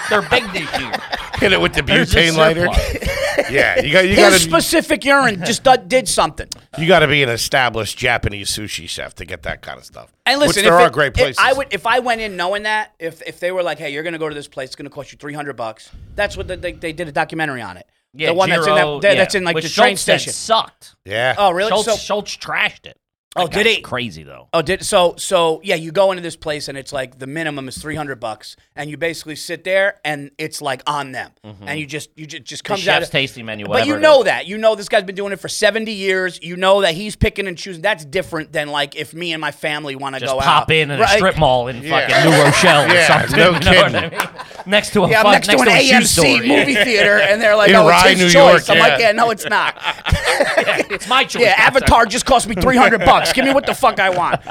S2: They're big this year.
S1: Hit it with the
S2: There's a
S1: butane lighter.
S2: surplus.
S1: Yeah, you got you got
S5: His
S1: to
S5: specific urine just do- did something.
S1: you got to be an established Japanese sushi chef to get that kind of stuff.
S5: And listen,
S1: Which there
S5: if
S1: are
S5: it-
S1: great
S5: if
S1: places.
S5: I would if I went in knowing that if if they were like, hey, you're gonna go to this place, it's gonna cost you three hundred bucks. That's what the, they they did a documentary on it.
S2: Yeah,
S5: the one that's in
S2: Giro,
S5: that, that-
S2: yeah.
S5: that's in like
S2: Which
S5: the train
S2: Schultz said
S5: station.
S2: sucked.
S1: yeah.
S5: Oh really?
S2: Schultz,
S5: so
S2: Schultz trashed it.
S5: Oh,
S2: That
S5: did
S2: guy's
S5: he?
S2: Crazy though.
S5: oh did so so yeah, you go into this place and it's like the minimum is three hundred bucks, and you basically sit there and it's like on them, and you just you just just comes out.
S2: Mm-hmm. chef's
S5: of-
S2: tasting menu,
S5: But
S2: whatever
S5: you
S2: it
S5: know
S2: is.
S5: that you know this guy's been doing it for seventy years. You know that he's picking and choosing. That's different than like if me and my family want to
S2: just
S5: go
S2: pop
S5: out.
S2: in in a
S5: Right.
S2: strip mall in
S1: Yeah.
S2: fucking New Rochelle
S1: Yeah,
S2: or something.
S1: no
S2: you know what I
S1: kidding.
S2: mean? Next to a
S5: Yeah, I'm
S2: fuck,
S5: next, to an
S2: a shoe
S5: AMC
S2: store. Yeah.
S5: movie theater, and they're like,
S1: In
S5: "Oh,
S1: Rye,
S5: it's his
S1: New
S5: choice."
S1: York,
S5: I'm like,
S1: yeah.
S5: "Yeah, no, it's not."
S2: It's my choice.
S5: yeah,
S2: that's
S5: Avatar just cost me 300 bucks. Give me what the fuck I want.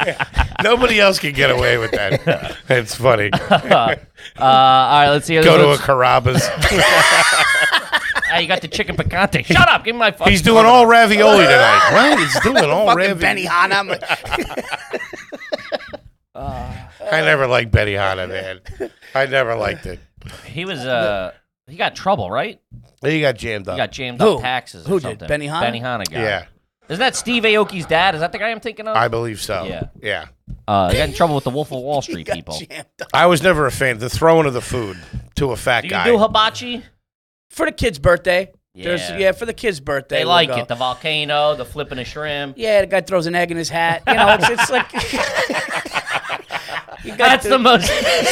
S1: Nobody else can get away with that. it's funny.
S2: it. Uh, all right, let's see.
S1: Go to a Carrabba's.
S2: Ah, you got the chicken picante. Shut up. Give me my fucking.
S1: He's doing all ravioli tonight. Right? He's doing all
S5: fucking
S1: ravioli.
S5: Benny Hanna. I'm like,
S1: I never liked Benny Hanna, man. I never liked it.
S2: He was. Uh, he got in trouble, right?
S1: He got jammed up.
S2: He got jammed
S5: Who?
S2: up taxes. or
S5: Who did?
S2: something.
S5: Benihana?
S2: Benihana guy.
S1: yeah,
S2: Isn't that Steve Aoki's dad? Is that the guy I'm thinking of?
S1: I believe so.
S2: Yeah.
S1: yeah.
S2: uh, he got in trouble with the Wolf of Wall Street
S5: got
S2: people.
S5: jammed up.
S1: I was never a fan. The throwing of the food to a fat
S2: Do you
S1: guy.
S2: do hibachi?
S5: For the kid's birthday. There's,
S2: Yeah.
S5: yeah, for the kid's birthday.
S2: They
S5: we'll
S2: like
S5: go.
S2: it. The volcano, the flipping of shrimp.
S5: yeah, the guy throws an egg in his hat. You know, it's, it's like.
S2: That's the most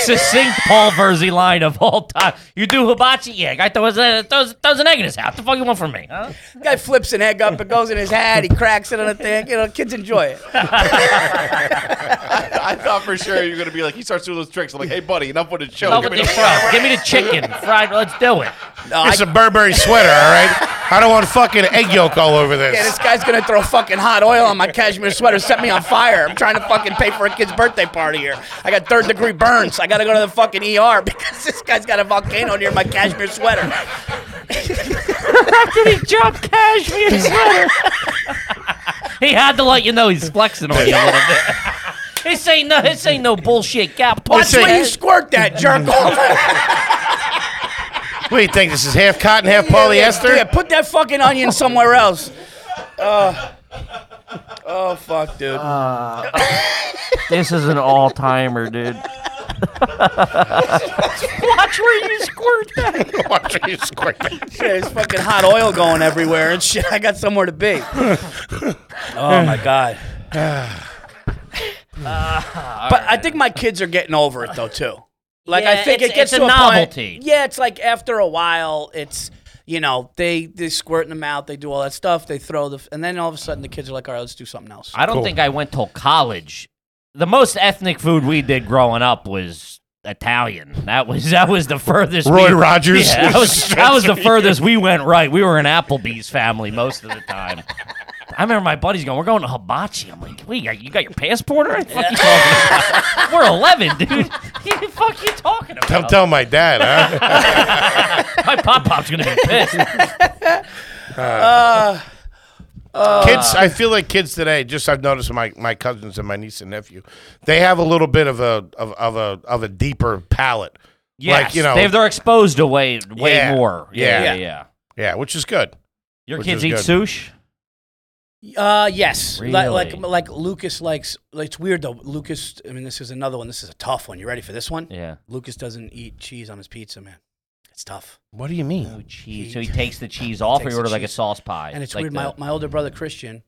S2: succinct Paul Verzi line of all time. You do hibachi? Yeah, guy throws, a, throws, throws an egg in his hat. What the fuck you want from me? Huh?
S5: Guy flips an egg up, it goes in his hat, he cracks it on a thing. You know, kids enjoy it.
S4: I thought for sure you were gonna be like, he starts doing those tricks. I'm like, hey buddy, enough with the show.
S2: Give,
S4: Give
S2: with
S4: me
S2: the
S4: the
S2: fro. Give me the chicken. Fried. Let's do it.
S5: No, I,
S1: It's a Burberry sweater, all right? I don't want fucking egg yolk all over this.
S5: yeah, this guy's gonna throw fucking hot oil on my cashmere sweater, set me on fire. I'm trying to fucking pay for a kid's birthday party here. I got third degree burns. I gotta go to the fucking ER because this guy's got a volcano near my cashmere sweater.
S2: Did he drop cashmere sweater? he had to let you know he's flexing on you a little bit. This ain't no, this ain't no bullshit gap.
S5: Watch
S1: Listen-
S5: where you squirt that jerk off.
S1: what do you think? This is half cotton, half polyester?
S5: Yeah, put that fucking onion somewhere else. Uh, oh fuck, dude.
S2: This is an all timer, dude. Watch where you squirt that.
S1: Watch you squirt it.
S5: Shit, there's fucking hot oil going everywhere and shit. I got somewhere to be. oh my god. Ah, but I think my kids are getting over it though too. Like I
S2: Yeah,
S5: think
S2: it's-
S5: it gets
S2: it's a
S5: to point-
S2: novelty.
S5: yeah, it's like after a while, it's you know they they squirt in the mouth, they do all that stuff, they throw the, and then all of a sudden the kids are like, all right, let's do something else.
S2: I don't
S1: Cool.
S2: think I went till college. The most ethnic food we did growing up was Italian. That was that was the furthest.
S1: Roy
S2: we,
S1: Rogers.
S2: Yeah, that was that was the furthest we went right. We were an Applebee's family most of the time. I remember my buddies going, "We're going to hibachi." I'm like, "Wait, you got- you got your passport or what the fuck you talking about? We're 11, dude. What the fuck you talking about?
S1: Don't tell my dad, huh?
S2: my pop pop's gonna be pissed.
S1: kids,
S2: Uh,
S1: I feel like kids today, just I've noticed my, my cousins and my niece and nephew, they have a little bit of a of, of a of a deeper palate.
S2: Yes,
S1: Like, you know,
S2: they, they're exposed to way way
S1: Yeah,
S2: more. Yeah,
S1: yeah.
S2: yeah, yeah.
S1: yeah, which is good.
S2: Your
S1: Which
S2: kids
S1: is
S2: eat
S1: good.
S2: sushi.
S5: Uh, yes. Li- Like,
S2: Really?
S5: like Lucas likes. Like, it's weird though. Lucas. I mean, this is another one. This is a tough one. You ready for this one?
S2: Yeah.
S5: Lucas doesn't eat cheese on his pizza, man. It's tough.
S1: What do you mean?
S2: cheese. So he takes the cheese off. He
S5: Oh, Takes the
S2: orders like a
S5: cheese.
S2: sauce pie.
S5: And it's
S2: like
S5: weird.
S2: the-
S5: My my older brother Christian,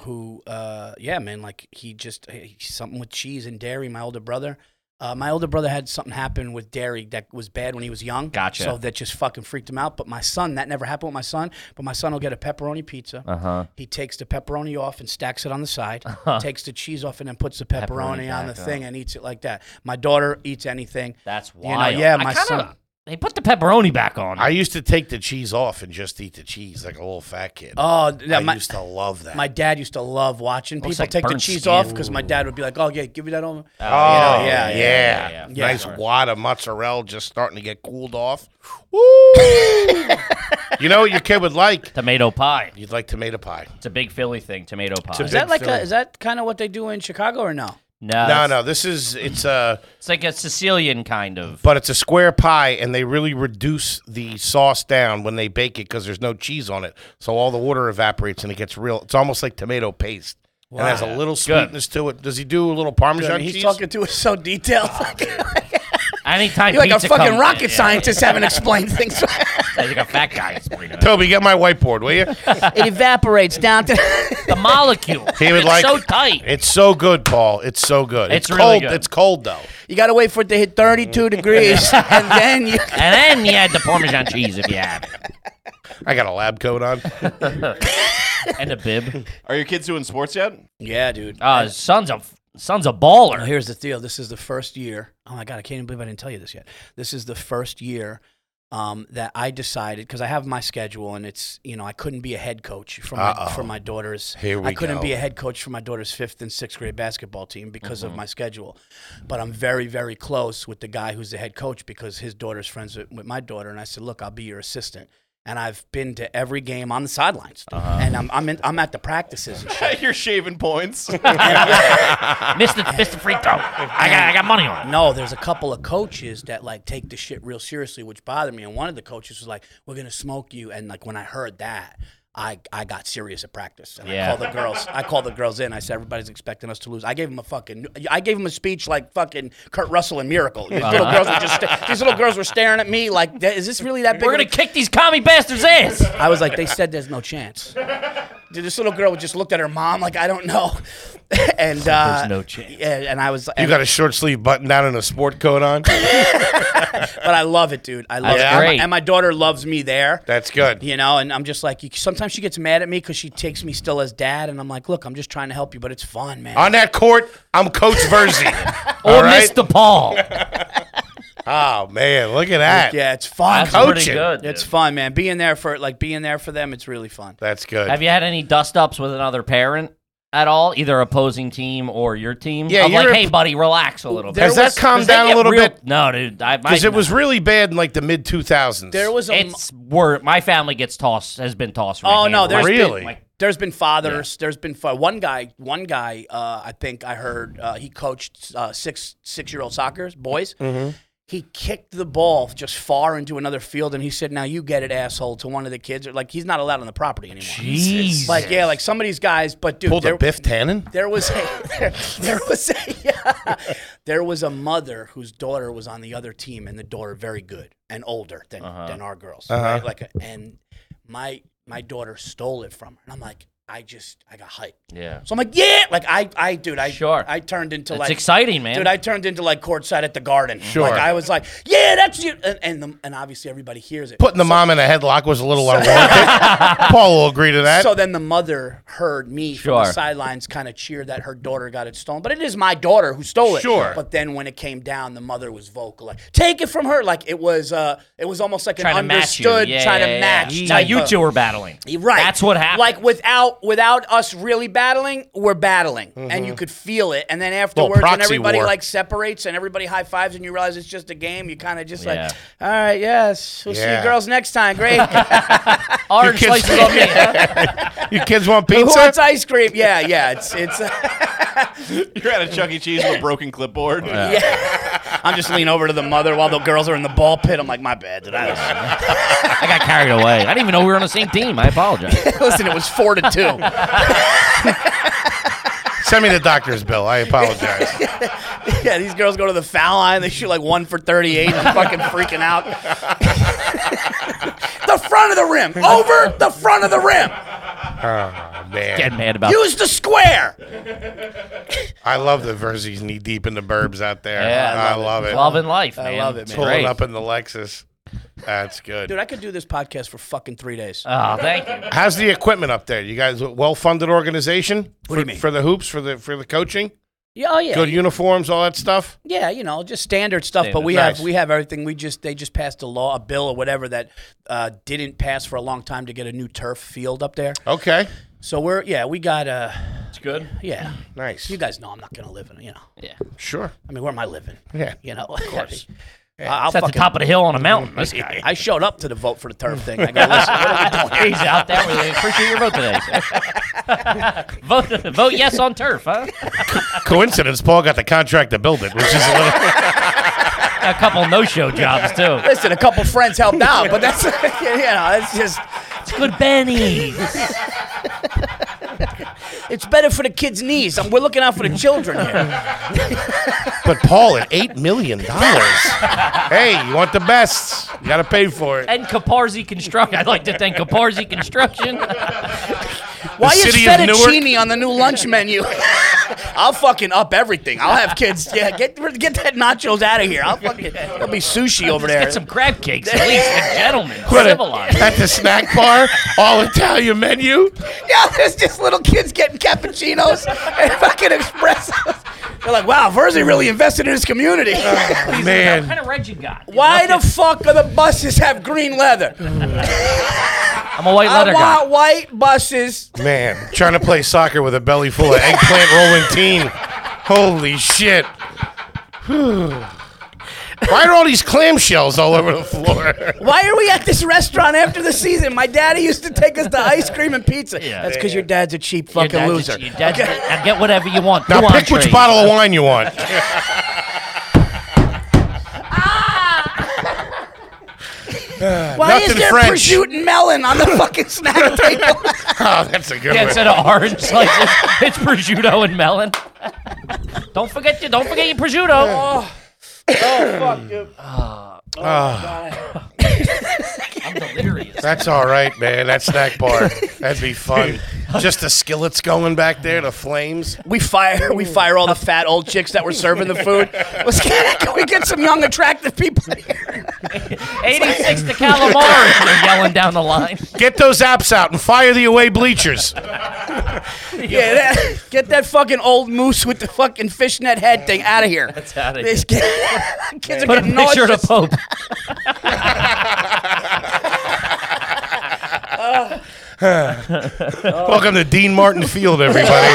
S5: who, uh, yeah, man, like he just he, something with cheese and dairy. My older brother. Uh, my older brother had something happen with dairy that was bad when he was young.
S2: Gotcha.
S5: So that just fucking freaked him out. But my son, that never happened with my son. But my son will get a pepperoni pizza.
S2: Uh-huh.
S5: He takes the pepperoni off and stacks it on the side, takes the cheese off and then puts the pepperoni,
S2: Uh. Pepperoni
S5: on the
S2: back
S5: thing and eats it like that. My daughter eats anything.
S2: That's
S5: You know,
S2: wild.
S5: yeah,
S2: I
S5: my
S2: kinda-
S5: son-
S2: They put the pepperoni back on.
S1: I used to take the cheese off and just eat the cheese like a little fat kid.
S5: Oh, th-
S1: I
S5: my,
S1: used to love that.
S5: my dad used to love watching people
S2: like
S5: take the
S2: burnt
S5: cheese
S2: skin.
S5: off 'cause off because my dad would be like, "Oh yeah, give me that over."
S1: oh,
S2: yeah, yeah,
S1: yeah,
S2: yeah,
S1: yeah,
S2: yeah, yeah.
S1: Nice
S2: Yeah.
S1: wad of mozzarella just starting to get cooled off. Woo! you know what your kid would like?
S2: tomato pie.
S1: You'd like tomato pie.
S2: It's a big Philly thing. Tomato pie.
S5: Is
S1: big
S5: that like
S1: Philly.
S5: a, is that kind of what they do in Chicago or no?
S2: no,
S1: No,
S2: it's,
S1: no, this is it's uh, a
S2: It's like a Sicilian kind of.
S1: but it's a square pie, and they really reduce the sauce down when they bake it because there's no cheese on it, so all the water evaporates and it gets real. It's almost like tomato paste. And it has a little sweetness to it. Does he do a little Parmesan
S5: He's
S1: cheese?
S5: talking to us so detailed.
S2: Anytime
S5: You're like a
S2: pizza
S5: fucking
S2: comes-
S5: rocket
S2: yeah,
S5: scientist having explained things.
S2: Yeah, like a fat guy. explaining it.
S1: Toby, get my whiteboard, will you?
S5: it evaporates down to.
S2: the molecule.
S1: He would
S2: it's
S1: like-
S2: so tight.
S1: It's so good, Paul. It's so good.
S2: It's
S1: It's,
S2: really
S1: cold.
S2: good.
S1: It's cold though.
S5: You gotta wait for it to hit 32 degrees, and then you.
S2: and then you add the Parmesan cheese if you have it,
S1: I got a lab coat on.
S2: and a bib.
S4: Are your kids doing sports yet?
S5: Yeah, dude.
S2: Uh, son's a son's a
S5: Now,
S2: baller.
S5: here's the deal. This is the first year. Oh my god, I can't even believe I didn't tell you this yet. This is the first year um, that I decided because I have my schedule and it's you know I couldn't be a head coach for my, for my daughter's.
S1: Here we
S5: I couldn't
S1: go. Mm-hmm.
S5: be a head coach for my daughter's fifth and sixth grade basketball team because of my schedule, but I'm very very close with the guy who's the head coach because his daughter's friends with, with my daughter and I said, look, I'll be your assistant. And I've been to every game on the sidelines,
S1: Uh-huh.
S5: and I'm I'm, in, I'm at the practices and shit.
S4: You're shaving points.
S2: Missed the missed the free throw. I got I got money on it.
S5: No, there's a couple of coaches that like take the shit real seriously, which bothered me. And one of the coaches was like, "We're gonna smoke you." And like when I heard that, I I got serious at practice. And
S2: Yeah.
S5: I called the girls. I called the girls in. I said, "Everybody's expecting us to lose." I gave him a fucking. I gave him a speech like fucking Kurt Russell and Miracle. These little
S2: Uh-huh.
S5: girls were just. sta- these little girls were staring at me like, "Is this really that big?"
S2: We're
S5: of a
S2: gonna kick these commie bastards' ass.
S5: I was like, they said there's no chance. Dude, this little girl just looked at her mom like I don't know, and uh,
S2: There's no chance.
S5: And, and I was,
S1: You
S5: and-
S1: got a short sleeve button down and a sport coat on.
S5: but I love it, dude. I love
S2: That's
S5: it, And my-
S2: great.
S5: and my daughter loves me there.
S1: That's good.
S5: you know and i'm just like you, sometimes she gets mad at me because she takes me still as dad and i'm like look i'm just trying to help you but it's fun man
S1: On that court, I'm Coach Verzi.
S2: Or
S1: All right?
S2: miss the ball.
S1: Oh man, look at that.
S5: yeah it's fun
S2: That's
S1: Coach
S2: pretty
S1: it.
S2: good.
S5: it's
S2: dude.
S5: fun man being there for like being there for them it's really fun
S1: That's good.
S2: Have you had any dust ups with another parent at all, either opposing team or your team?
S1: Yeah,
S2: I'm like,
S1: you're a-
S2: hey, buddy, relax a little bit.
S1: Has that calmed
S2: 'Cause they
S1: down a
S2: get
S1: little
S2: real-
S1: bit?
S2: No, dude. I, my,
S1: Because it was really bad in like the mid 2000s.
S5: there was a
S2: It's wor- My family gets tossed. Has been tossed.
S5: oh no
S2: there's
S5: there's
S1: Really?
S5: been, there's been fathers there's been fa- one guy one guy uh, i think i heard uh, he coached uh, six six year old soccer boys He kicked the ball just far into another field, and he said, "Now you get it, asshole!" To one of the kids, or like he's not allowed on the property anymore.
S2: Jesus.
S5: Like yeah, like some of these guys, but dude,
S1: pulled
S5: there-
S1: a Biff Tannen.
S5: There was a there, there was a there was a mother whose daughter was on the other team, and the daughter very good and older than than our girls, right? Like, a, and my my daughter stole it from her, and I'm like, I just I got hyped,
S2: yeah.
S5: so I'm like, yeah, like I I dude, I
S2: Sure.
S5: I turned into
S2: It's
S5: like
S2: exciting, man.
S5: Dude, I turned into like courtside at the garden.
S1: Sure.
S5: Like I was like, yeah, that's you, and and, the, and obviously everybody hears it.
S1: Putting the mom in a headlock was a little unwarranted. Paul will agree to that.
S5: So then the mother heard me from the
S2: Sure.
S5: sidelines kind of cheer that her daughter got it stolen. But it is my daughter who stole it.
S1: Sure.
S5: But then when it came down, the mother was vocal, like, take it from her. Like it was uh it was almost like
S2: trying to
S5: an
S2: match you.
S5: understood
S2: Yeah,
S5: trying
S2: yeah,
S5: to
S2: yeah.
S5: match.
S2: Now
S5: type
S2: you
S5: of-
S2: two are battling.
S5: Right.
S2: That's what happened.
S5: Like without without us really battling, we're battling. And
S2: Mm-hmm.
S5: you could feel it. And then afterwards when
S1: proxy
S5: everybody
S1: war.
S5: like separates and everybody high fives and you realize it's just a game, you kinda just
S2: Yeah.
S5: like, All right, yes. We'll see
S1: Yeah.
S5: you girls next time. Great.
S2: orange
S1: kids-
S2: slices on me. huh?
S1: you kids want
S5: Who
S1: pizza?
S5: wants ice cream? Yeah, yeah. It's it's
S4: You're at a Chuck E. Cheese with a broken clipboard.
S5: I'm just leaning over to the mother while the girls are in the ball pit. I'm like, my bad, dude. I
S2: I got carried away. I didn't even know we were on the same team. I apologize.
S5: Listen, it was four to two.
S1: Send me the doctor's bill. I apologize.
S5: yeah, these girls go to the foul line. They shoot like one for 38. I'm fucking freaking out. the front of the rim. Over the front of the rim.
S1: oh man,
S2: Get mad about.
S5: Use the square.
S1: I love the Verzi's knee deep in the burbs out there.
S2: Yeah, I
S1: I, love, it.
S2: Love and life, man.
S5: I love it,
S2: It's
S5: man.
S1: Pulling
S2: great.
S1: up in the Lexus. That's good.
S5: Dude, I could do this podcast for fucking three days.
S2: Oh, thank you.
S1: How's the equipment up there? You guys well-funded organization
S5: What
S1: for,
S5: do you mean?
S1: for the hoops for the for the coaching?
S5: Yeah, oh, yeah.
S1: Good uniforms, all that stuff.
S5: Yeah, you know, just standard stuff. But we
S1: Nice.
S5: have we have everything. We just they just passed a law, a bill or whatever that uh, didn't pass for a long time to get a new turf field up there.
S1: Okay,
S5: So we're yeah, we got uh
S2: It's good.
S5: yeah.
S1: nice.
S5: Mm. You guys know I'm not gonna live in you know.
S2: Yeah.
S1: Sure.
S5: I mean, where am I living?
S1: Yeah.
S5: You know, of course. I, will
S2: It's at the
S5: fucking,
S2: top of the hill on a mountain. This guy.
S5: I showed up to the vote for the turf thing. I go, listen, what are we doing?
S2: He's out there. We appreciate your vote today. vote, vote yes on turf, huh?
S1: Coincidence. Paul got the contract to build it, which is a little.
S2: A couple no-show jobs too.
S5: Listen, a couple friends helped out, but that's you know, it's just
S2: It's good, Benny.
S5: it's better for the kids' knees. i we're looking out for the children here.
S1: But Paul, at eight million dollars. hey, you want the best? You got to pay for it.
S2: And Caparzi Construction. I'd like to thank Caparzi Construction.
S5: Why is
S1: city of
S5: fettuccine on the new lunch menu? I'll fucking up everything. I'll have kids. Yeah, get get that nachos out of here. I'll fucking there'll be sushi over there.
S2: Get some crab cakes, at least. A gentleman,
S1: Put it
S2: civilized.
S1: at the snack bar, all Italian menu.
S5: Yeah, there's just little kids getting cappuccinos and fucking espressos. They're like, wow, Verzi really invested in his community.
S2: What
S1: Man,
S2: kind of red you got?
S5: Why the fuck do the buses have green leather?
S2: I'm a white
S5: I
S2: leather guy.
S5: want white buses.
S1: man, trying to play soccer with a belly full of eggplant rolling teen. Holy shit. Why are all these clamshells all over the floor?
S5: Why are we at this restaurant after the season? My daddy used to take us to ice cream and pizza.
S2: Yeah.
S5: That's because your dad's a cheap fucking
S2: Your dad's-
S5: loser.
S2: your dad's- Now get whatever you want.
S1: Now
S2: Two
S1: pick which
S2: entrees.
S1: bottle of wine you want.
S5: Why is
S1: Nothing
S5: there
S1: French.
S5: prosciutto and melon on the fucking snack table?
S1: Oh, that's a good
S2: Yeah,
S1: one.
S2: instead of orange slices, it's prosciutto and melon. don't forget your don't forget your prosciutto.
S5: Oh,
S2: I'm delirious.
S1: That's all right, man. That snack bar. That'd be fun. Just the skillets going back there, the flames.
S5: We fire we fire all the fat old chicks that were serving the food. Let's get, can we get some young attractive people in here?
S2: 86 to calamari. They're yelling down the line.
S1: Get those apps out and fire the away bleachers.
S5: Yeah, that, get that fucking old moose with the fucking fishnet head thing out of here. That's
S2: outta here.
S5: Kids are
S2: Put a
S5: getting
S2: picture of
S5: nauseous.
S2: the Pope.
S5: Oh.
S1: Welcome to Dean Martin Field, everybody.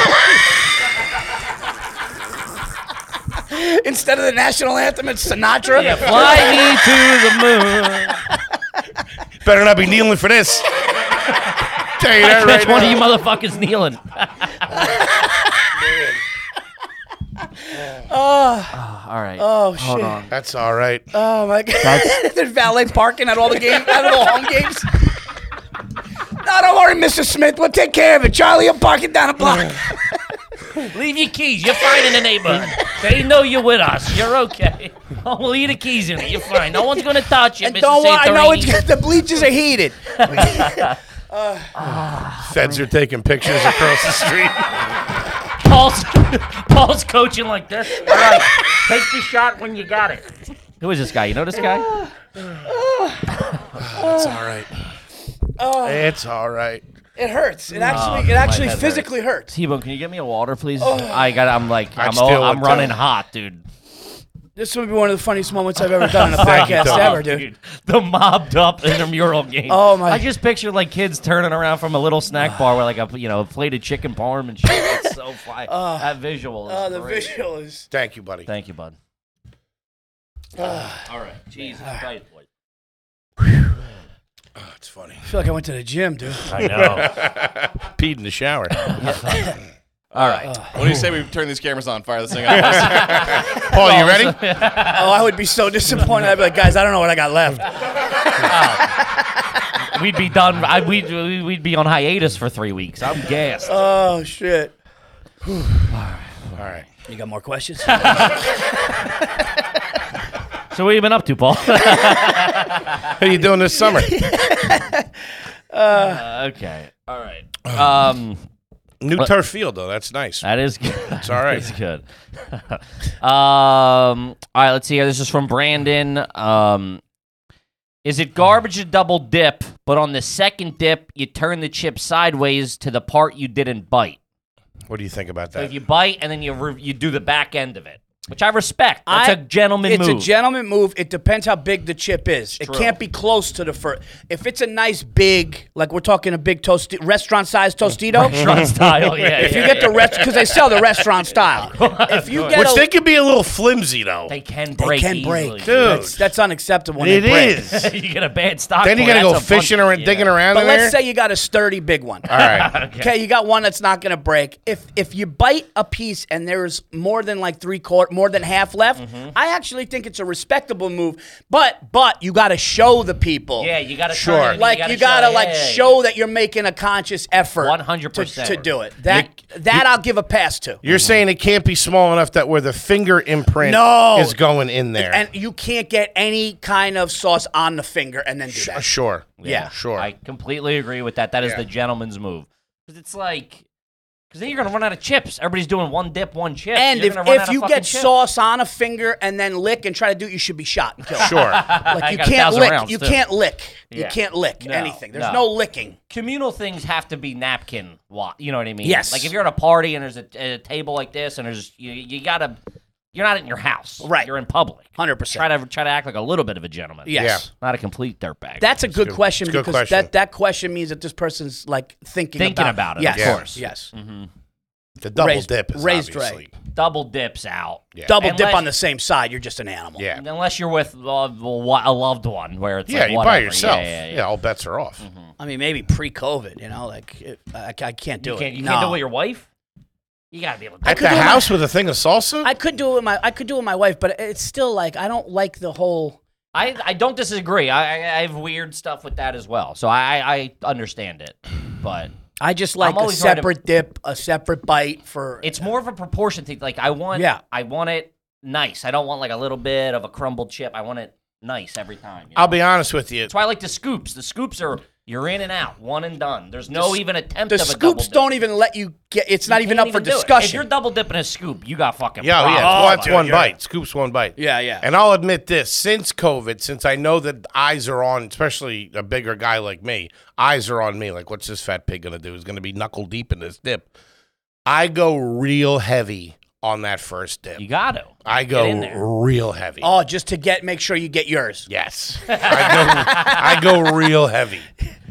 S5: Instead of the national anthem, it's Sinatra.
S2: Yeah, fly me to the moon.
S1: Better not be kneeling for this. Tell you that
S2: Catch
S1: right
S2: one of
S1: now.
S2: you motherfuckers kneeling. Ah, all right.
S5: Oh shit.
S1: That's all right.
S5: Oh my god. There's valet parking at all the games, at all home games. No, don't worry, Mr. Smith. We'll take care of it. Charlie, I'm parking down a block.
S2: Leave your keys. You're fine in the neighborhood. They know you're with us. You're okay. Oh, we'll leave the keys in it. You're fine. No one's gonna touch you,
S5: And
S2: Mrs.
S5: don't worry, I know it's
S2: Santorini.
S5: the bleachers are heated.
S1: Feds are taking pictures across the street.
S2: Paul's Paul's coaching like this. All right, take the shot when you got it. Who is this guy? You know this guy?
S1: It's all right.
S5: Oh.
S1: It's all right.
S5: It hurts.
S2: Oh,
S5: It actually, it actually
S2: head
S5: physically hurts.
S2: T-Bone, can you get me a water, please? Oh. I got. I'm like. I'm.
S1: I'd steal
S2: All,
S1: it,
S2: I'm
S1: too.
S2: running hot, dude.
S5: This would be one of the funniest moments I've ever done in a podcast
S1: Tom.
S5: ever, dude.
S2: The mobbed up intramural game.
S5: Oh, my-
S2: I just picture like kids turning around from a little snack bar with like a you know a plate of chicken parm and shit. It's so fly. that visual. Is
S5: Oh, the
S2: great.
S5: visual is.
S1: Thank you, buddy.
S2: Thank you, bud. all right, Jesus Christ, boy.
S1: That's funny.
S5: I feel like I went to the gym, dude.
S2: I know.
S1: Peed in the shower.
S2: all right.
S4: What do you say we turn these cameras on, fire this thing up?
S1: Paul, you ready?
S5: Oh, I would be so disappointed. I'd be like, guys, I don't know what I got left.
S2: we'd be done. I, we'd, we'd be on hiatus for three weeks. I'm gassed.
S5: Oh shit.
S1: All right.
S5: You got more questions?
S2: so what have you been up to, Paul?
S1: How you doing this summer?
S2: okay. All right. Um,
S1: New turf field, though. That's nice.
S2: that is good. It's
S1: all right.
S2: It's good. um, all right. Let's see here. This is from Brandon. Um, is it garbage to double dip? But on the second dip, you turn the chip sideways to the part you didn't bite.
S1: What do you think about
S2: So
S1: that?
S2: if you bite and then you re- you do the back end of it, which I respect. That's
S5: I-
S2: a gentleman
S5: it's
S2: move.
S5: a gentleman move. It depends how big the chip is. it can't be close to the first. If it's a nice big, like we're talking a big toast restaurant sized tostito,
S2: Restaurant style. Yeah.
S5: if you get the rest because they sell the restaurant style. If you get
S1: Which
S5: a,
S1: they can be a little flimsy, though.
S2: They can
S5: they
S2: break.
S5: can
S2: easily.
S5: break.
S1: Dude.
S5: That's, that's unacceptable. When
S1: It
S5: they break.
S1: is.
S2: you get a bad stock.
S1: Then you
S2: boy,
S1: got to
S2: that's
S1: go
S2: a bunch-
S1: fishing around,
S2: yeah.
S1: digging around
S5: But
S1: in
S5: let's
S1: there.
S5: say you got a sturdy big one.
S1: All right.
S5: Okay, you got one that's not going to break. If if you bite a piece and there's more than like three quarter, more than half left,
S2: Mm-hmm.
S5: I actually think it's a respectable move. But but you got to show the people.
S2: Yeah, you got to
S1: Sure.
S2: Turn it,
S5: like you gotta,
S2: show-
S5: like
S2: yeah, yeah, yeah.
S5: show that you're making a conscious effort.
S2: 100%.
S5: to, to do it. That that I'll give a pass to.
S1: You're saying it can't be small enough that where the finger imprint
S5: No.
S1: is going in there.
S5: And you can't get any kind of sauce on the finger and then do
S1: Uh,
S5: that.
S1: sure.
S5: Yeah.
S1: Sure.
S2: I completely agree with that. That is the gentleman's move. Because it's like, because then you're gonna run out of chips. Everybody's doing one dip, one chip.
S5: and
S2: You're
S5: if,
S2: gonna run out
S5: if
S2: of
S5: you
S2: fucking
S5: get
S2: chips.
S5: sauce on a finger and then lick and try to do it, you should be shot and killed.
S1: sure.
S5: Like you
S2: got a
S5: can't
S2: thousand
S5: lick.
S2: rounds,
S5: you
S2: too.
S5: can't lick. You
S2: Yeah.
S5: can't lick
S2: No,
S5: anything. There's
S2: no.
S5: no, licking.
S2: communal things have to be napkin wa You know what I mean?
S5: Yes.
S2: Like if you're at a party and there's a, a table like this and there's you, you gotta, you're not in your house.
S5: Right.
S2: You're in public.
S5: 100%.
S2: Try to try to act like a little bit of a gentleman.
S5: Yes.
S2: Not a complete dirtbag.
S5: That's a good question
S1: It's a good
S5: because
S1: question.
S5: that that question means that this person's like thinking
S2: Thinking about
S5: about,
S2: it, of Mm-hmm.
S5: Yes.
S1: course.
S5: Yes.
S1: The double
S5: Raised-
S1: dip is
S5: raised
S1: obviously.
S2: double dips out.
S1: Yeah.
S5: Double
S2: And
S5: dip
S2: let's-
S5: on the same side. You're just an animal.
S1: Yeah.
S2: Unless you're with uh, wa- a loved one, where it's
S1: yeah,
S2: like
S1: you
S2: whatever.
S1: by yourself.
S2: Yeah, yeah, yeah.
S1: all bets are off.
S5: I mean, maybe pre-COVID. You know, like it, I, I can't do
S2: You can't
S5: it.
S2: you
S5: no.
S2: can't do it with your wife. You gotta be able to.
S1: At
S5: I
S1: the
S5: could do my-
S1: house with a thing of salsa?
S5: I could do it with my I could do it with my wife, but it's still like I don't like the whole.
S2: I, I don't disagree. I, I I have weird stuff with that as well, so I I I understand it, but
S5: I just like a
S2: always worried ab-
S5: separate dip, a separate bite for.
S2: it's more of a proportion thing. Like I want
S5: Yeah.
S2: I want it nice. I don't want like a little bit of a crumbled chip. I want it nice every time. you know?
S1: I'll be honest with you.
S2: That's why I like the scoops. The scoops are You're in and out, one and done. There's no even attempt.
S5: The
S2: of a double
S5: scoops
S2: dip.
S5: don't even let you get. It's not
S2: You
S5: even
S2: can't
S5: up for
S2: do it. If
S5: discussion. oh,
S2: you're double dipping a scoop, you got fucking.
S1: Yeah,
S2: problems.
S1: yeah. Well, that's one
S3: yeah.
S1: bite. Scoops one bite.
S5: Yeah, yeah.
S1: And I'll admit this: since COVID, since I know that eyes are on, especially a bigger guy like me, eyes are on me. Like, what's this fat pig gonna do? He's gonna be knuckle deep in this dip. I go real heavy on that first dip.
S2: You got to.
S1: I
S2: in there.
S1: go real heavy.
S5: oh, just to get make sure you get yours.
S1: Yes, I go. I go real heavy.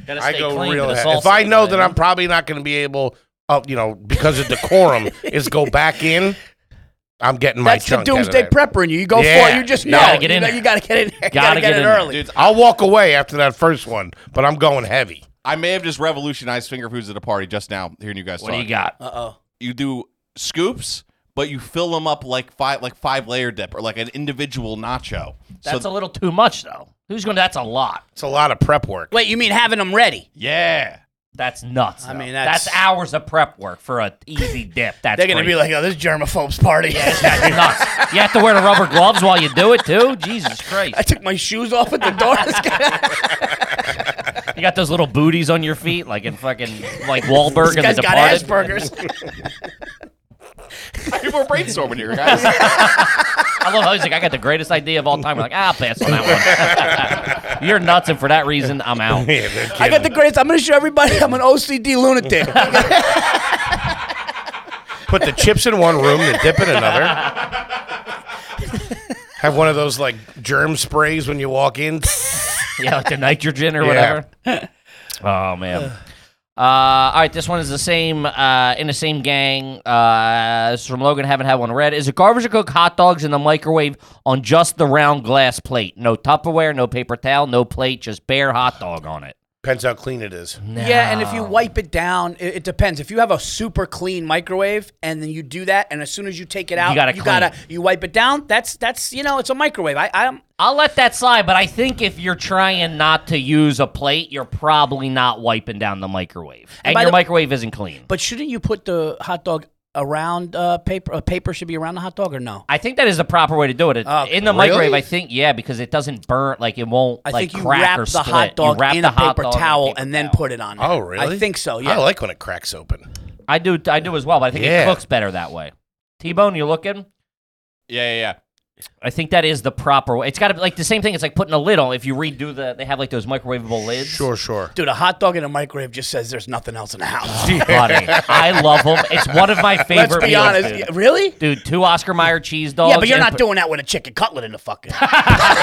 S2: Gotta
S1: I
S2: stay
S1: go
S2: clean to
S1: real
S2: the
S1: heavy. If
S2: salsa,
S1: I know
S2: you
S1: that
S2: what
S1: I'm probably not going to be able, uh, you know, because of decorum, is go back in. I'm getting my
S5: That's the
S1: chunk out of
S5: doomsday
S1: that.
S5: prepper in you. You go for
S1: Yeah.
S5: it. You just
S1: You
S5: know.
S2: gotta get in
S5: you, know-
S2: there.
S5: you gotta get in there. You
S2: Gotta
S5: gotta get,
S2: get
S5: it
S2: in there.
S5: early.
S4: Dude,
S1: I'll walk away after that first one, but I'm going heavy.
S4: I may have just revolutionized finger foods at a party just now hearing you guys
S2: What
S4: talk.
S2: do you got?
S5: Uh oh.
S4: You do scoops, but you fill them up like five like five layer dip or like an individual nacho.
S2: That's
S4: so
S2: a little too much, though. Who's going? to That's a lot.
S1: It's a lot of prep work.
S5: Wait, you mean having them ready?
S4: yeah.
S2: That's nuts.
S5: I
S2: though.
S5: mean, that's-
S2: hours of prep work for an easy dip. That's
S5: They're gonna
S2: crazy.
S5: be like, oh, this germaphobe's party.
S2: That's nuts. You have to wear the rubber gloves while you do it too. Jesus
S5: I
S2: Christ!
S5: took my shoes off at the door. This guy-
S2: You got those little booties on your feet, like in fucking like Wahlberg
S5: this
S2: and
S5: guy's
S2: the
S5: got
S2: Departed.
S5: Asperger's.
S4: We're brainstorming here, guys.
S2: I love how he's like, I got the greatest idea of all time. We're like, ah, I'll pass on that one. You're nuts, and for that reason, I'm out.
S1: Yeah, they're
S5: I got the
S1: kidding.
S5: greatest. I'm gonna show everybody I'm an OCD lunatic.
S1: Put the chips in one room, the dip in another. Have one of those like germ sprays when you walk in.
S2: yeah, like the nitrogen or
S1: Yeah.
S2: whatever. oh man. Uh, all right, this one is the same uh, in the same gang. Uh, this is from Logan. Haven't had one read. Is it garbage to cook hot dogs in the microwave on just the round glass plate? No Tupperware, no paper towel, no plate, just bare hot dog on it.
S1: Depends how clean it is.
S5: Yeah, and if you wipe it down, it, it depends. If you have a super clean microwave and then you do that, and as soon as you take it out,
S2: gotta
S5: you
S2: clean.
S5: you wipe it down. That's that's you know, it's a microwave. I I'm
S2: I'll let that slide, but I think if you're trying not to use a plate, you're probably not wiping down the microwave, and
S5: by
S2: your
S5: the-
S2: microwave isn't clean.
S5: but shouldn't you put the hot dog around uh, paper? Uh, paper should be around the hot dog or no?
S2: I think that is the proper way to do it. It-
S5: Oh,
S2: in the microwave, I think, yeah, because it doesn't burn, like it won't
S5: I
S2: like
S5: think you
S2: crack
S5: wrap
S2: or
S5: the
S2: split.
S5: hot dog
S2: you wrap
S5: in
S2: the
S5: a
S2: hot
S5: paper
S2: dog in a
S5: towel
S2: paper
S5: and then
S2: towel.
S5: put it on.
S1: Oh,
S5: there.
S1: really?
S5: I think so. Yeah.
S1: I like when it cracks open.
S2: I do, I do as well, but I think
S1: Yeah.
S2: it cooks better that way. T Bone, you looking?
S4: Yeah, yeah, yeah.
S2: I think that is the proper way. It's got to be like the same thing. It's like putting a lid on. If you redo the, they have like those microwavable lids.
S1: Sure, sure.
S5: Dude, a hot dog in a microwave just says there's nothing else in the house.
S2: Buddy, I love them. It's one of my favorite.
S5: Let's be
S2: meals,
S5: honest.
S2: dude.
S5: Yeah, Really?
S2: Dude, two Oscar Mayer cheese dogs.
S5: yeah, but you're
S2: and
S5: not
S2: p-
S5: doing that with a chicken cutlet in the fucking.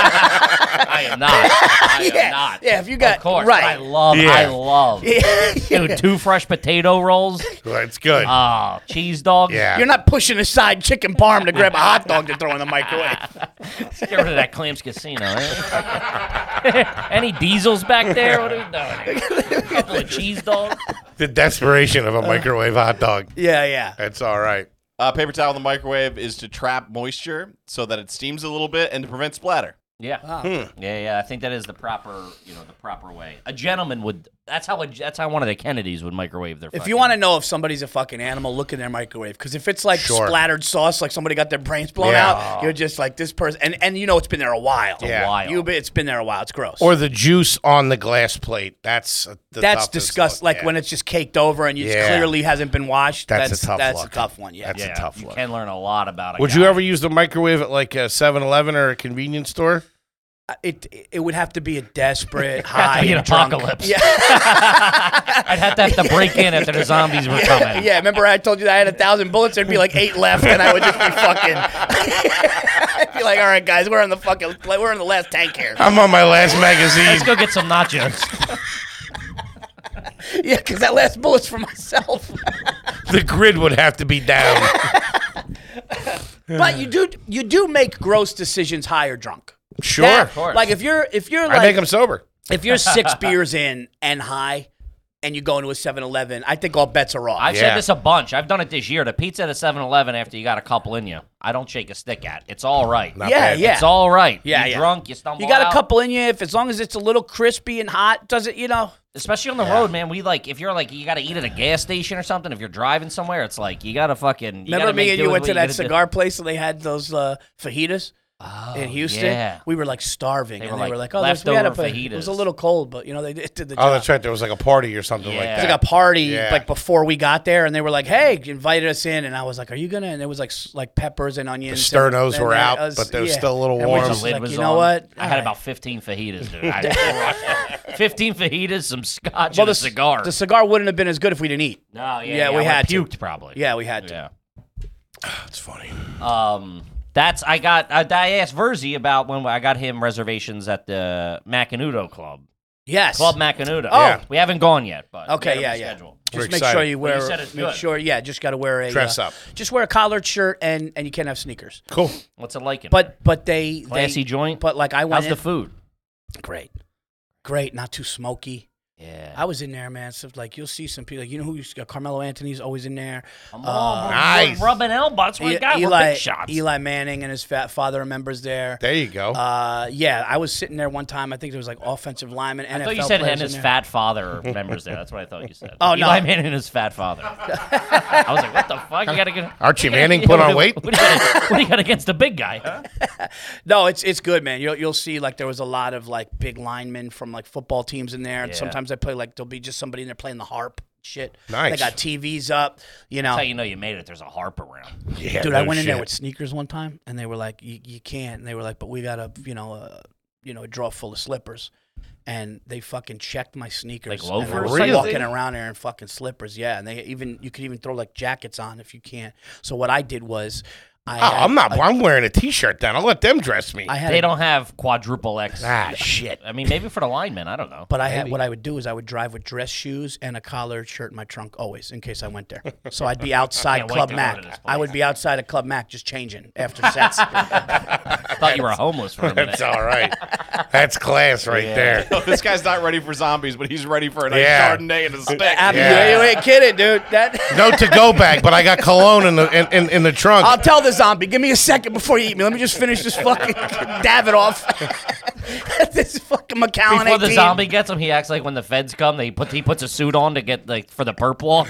S2: I am not. I
S5: Yeah,
S2: am not.
S5: yeah, if you got-
S2: of course,
S5: right.
S2: I love. I
S1: Yeah.
S2: love. Dude, two fresh potato rolls.
S1: That's good.
S2: Ah, cheese dogs.
S1: yeah.
S5: Uh, You're not pushing aside chicken parm to grab a hot dog to throw in the microwave.
S2: Get rid of that Clams Casino. eh? Any diesels back there? What are we doing? here? Couple of cheese dogs.
S1: the desperation of a microwave hot dog.
S5: Yeah, yeah.
S1: That's all right.
S4: Uh, paper towel in the microwave is to trap moisture so that it steams a little bit and to prevent splatter.
S2: Yeah. Yeah, yeah. I think that is the proper, you know, the proper way. A gentleman would. That's how. A, that's how one of the Kennedys would microwave their.
S5: If you want to know if somebody's a fucking animal, look in their microwave. Because if it's like
S1: Sure.
S5: splattered sauce, like somebody got their brains blown
S1: Yeah.
S5: out, you're just like this person, and and you know it's been there a while.
S1: Yeah.
S2: Wild.
S5: You, it's been there a while. It's gross.
S1: Or the juice on the glass plate. That's uh, the
S5: that's
S1: toughest
S5: disgust.
S1: one.
S5: Like
S1: Yeah.
S5: when it's just caked over and it
S1: Yeah.
S5: clearly hasn't been washed.
S1: That's a
S5: That's,
S1: tough
S5: That's
S1: look.
S5: a tough one. Yeah.
S1: That's
S2: yeah,
S1: a tough
S2: you
S1: one.
S2: can learn a lot about it.
S1: Would you ever use the microwave at like a 7-Eleven or a convenience store?
S5: It it would have to be a desperate
S2: have
S5: high
S2: to be an
S5: and drunk-
S2: apocalypse?
S5: Yeah.
S2: I'd have to have to break in after the zombies were
S1: Oh,
S2: coming.
S5: Yeah, remember I told you that I had a thousand bullets, there'd be like eight left, and I would just be fucking. I'd be like, all right, guys, we're on the fucking, we're on the last tank here.
S1: I'm on my last
S2: Let's
S1: magazine.
S2: go get some nachos.
S5: Yeah, because that last bullet's for myself.
S1: the grid would have to be down.
S5: but you do, you do make gross decisions high or drunk.
S1: sure.
S5: That-
S2: course.
S5: Like if you're, if you're
S1: I think
S5: like,
S1: I'm sober.
S5: if you're six beers in and high, and you go into a 7-Eleven, I think all bets are off.
S2: I've
S1: Yeah.
S2: said this a bunch. I've done it this year. The pizza at a 7-Eleven after you got a couple in you. I don't shake a stick at. It's all right.
S1: Not
S5: Yeah,
S1: bad.
S5: yeah.
S2: It's all right.
S5: Yeah,
S2: you
S5: yeah.
S2: drunk, you stumble.
S5: you got
S2: out.
S5: a couple in you, if as long as it's a little crispy and hot, doesn't you know?
S2: especially on the road, man. We like if you're like you got to eat at a gas station or something. If you're driving somewhere, it's like you got to fucking. You
S5: Remember
S2: gotta
S5: me
S2: make
S5: and
S2: do
S5: you
S2: with
S5: went
S2: what
S5: to that
S2: gotta do.
S5: cigar place and they had those uh, fajitas? in Houston.
S2: yeah.
S5: We were like starving,
S2: They
S5: and
S2: were,
S5: they
S2: like,
S5: were like, "Oh, there's- we had a
S2: leftover
S5: It was a
S2: fajitas.
S5: little cold, but you know they did, did the job."
S1: Oh, that's right. There was like a party or something like
S2: Yeah.
S1: that.
S2: It's
S5: like a party
S1: Yeah.
S5: like before we got there, and they were like, "Hey," invited us in, and I was like, "Are you gonna?" And it was like s- like peppers and onions.
S1: The
S5: and-
S1: sternos
S5: and
S1: were
S5: I
S1: out, but they were still a little
S5: And we
S1: warm.
S2: The
S5: just
S2: lid
S5: like,
S2: was
S5: you know
S2: on.
S5: what?
S2: I had about 15 fajitas, dude. I- 15 fajitas, some scotch,
S5: Well,
S2: and a
S5: the c-
S2: cigar.
S5: The cigar wouldn't have been as good if we didn't eat.
S2: no, yeah,
S5: yeah,
S2: yeah,
S5: we
S2: I
S5: had to.
S2: puked probably.
S5: Yeah, we had to.
S2: yeah.
S1: That's funny.
S2: Um, that's I got. I, I asked Verzi about when I got him reservations at the Macanudo Club,
S5: Yes.
S2: Club Macanudo.
S5: Oh.
S1: Yeah.
S2: we haven't gone yet, but we
S5: Okay,
S2: got it
S5: yeah,
S2: on the
S5: yeah.
S2: schedule.
S1: We're
S5: Just make
S1: excited.
S5: sure you
S2: Well,
S5: wear.
S2: you said it's
S5: make
S2: good.
S5: sure, yeah. Just got to wear a
S1: Dress
S5: uh,
S1: up.
S5: Just wear a collared shirt and and you can have sneakers.
S1: Cool.
S2: What's it like? In there?
S5: But but they
S2: classy
S5: they,
S2: joint.
S5: But like I went
S2: How's
S5: in,
S2: the food?
S5: great, great, not too smoky.
S2: Yeah,
S5: I was in there, man. So like you'll see some people. Like you know who used to, Carmelo Anthony's always in there.
S2: Come
S5: Uh,
S2: on, we're
S1: nice.
S2: rubbing elbows. That's what we
S5: E-
S2: got. we're
S5: Eli,
S2: big shots.
S5: Eli Manning and his fat father members there.
S1: There you go.
S5: Uh, yeah, I was sitting there one time. I think there was like offensive lineman. NFL
S2: I thought you said
S5: players
S2: and
S5: in
S2: his
S5: there.
S2: fat father are members there. That's what I thought you said.
S5: Oh, no.
S2: Eli Manning and his fat father. I was like, what the fuck? You gotta get.
S1: Archie
S2: what do you-
S1: Manning put
S2: what
S1: on
S2: do-
S1: weight?
S2: What do, you got, what do you got against the big guy? Huh?
S5: No, it's it's good, man. You'll you'll see like there was a lot of like big linemen from like football teams in there. And
S2: Yeah.
S5: sometimes they play like there'll be just somebody in there playing the harp. Shit.
S1: Nice.
S5: They got TVs up. You know,
S2: That's how you know you made it. There's a harp around.
S1: yeah,
S5: dude, I
S1: no
S5: went in there
S1: shit.
S5: with sneakers one time, and they were like, "You, you can't." And they were like, "But we got a, you know, a, you know, a drawer full of slippers." And they fucking checked my sneakers.
S2: Like loafers?
S5: And I was
S1: Really?
S5: walking around there in fucking slippers. Yeah, and they even you could even throw like jackets on if you can't. So what I did was, I
S2: Ah,
S1: Oh,
S5: had-
S1: I'm not. i I'm wearing a T-shirt. Then I'll let them dress me.
S5: I had,
S2: They
S5: a-
S2: don't have quadruple X.
S1: ah, shit.
S2: I mean, maybe for the linemen. I don't know.
S5: but I had what I would do is I would drive with dress shoes and a collared shirt in my trunk always in case I went there. So I'd be outside
S2: Can't wait
S5: Club
S2: to go to this
S5: Mac. I would be outside of Club Mac just changing after sets.
S2: I thought you were homeless for a minute.
S1: That's all right. That's class right there.
S4: this guy's not ready for zombies, but he's ready for a nice
S1: Yeah.
S4: Chardonnay and a steak.
S5: Happy-
S1: Yeah.
S5: You ain't kidding, dude. That.
S1: No to go bag, but I got cologne in the in, in, in the trunk.
S5: I'll tell the zombie. Give me a second before you eat me. Let me just finish this fucking Davidoff. this fucking McAllen
S2: Before the
S5: 18.
S2: zombie gets him, he acts like when the feds come, they put he puts a suit on to get like for the perp walk.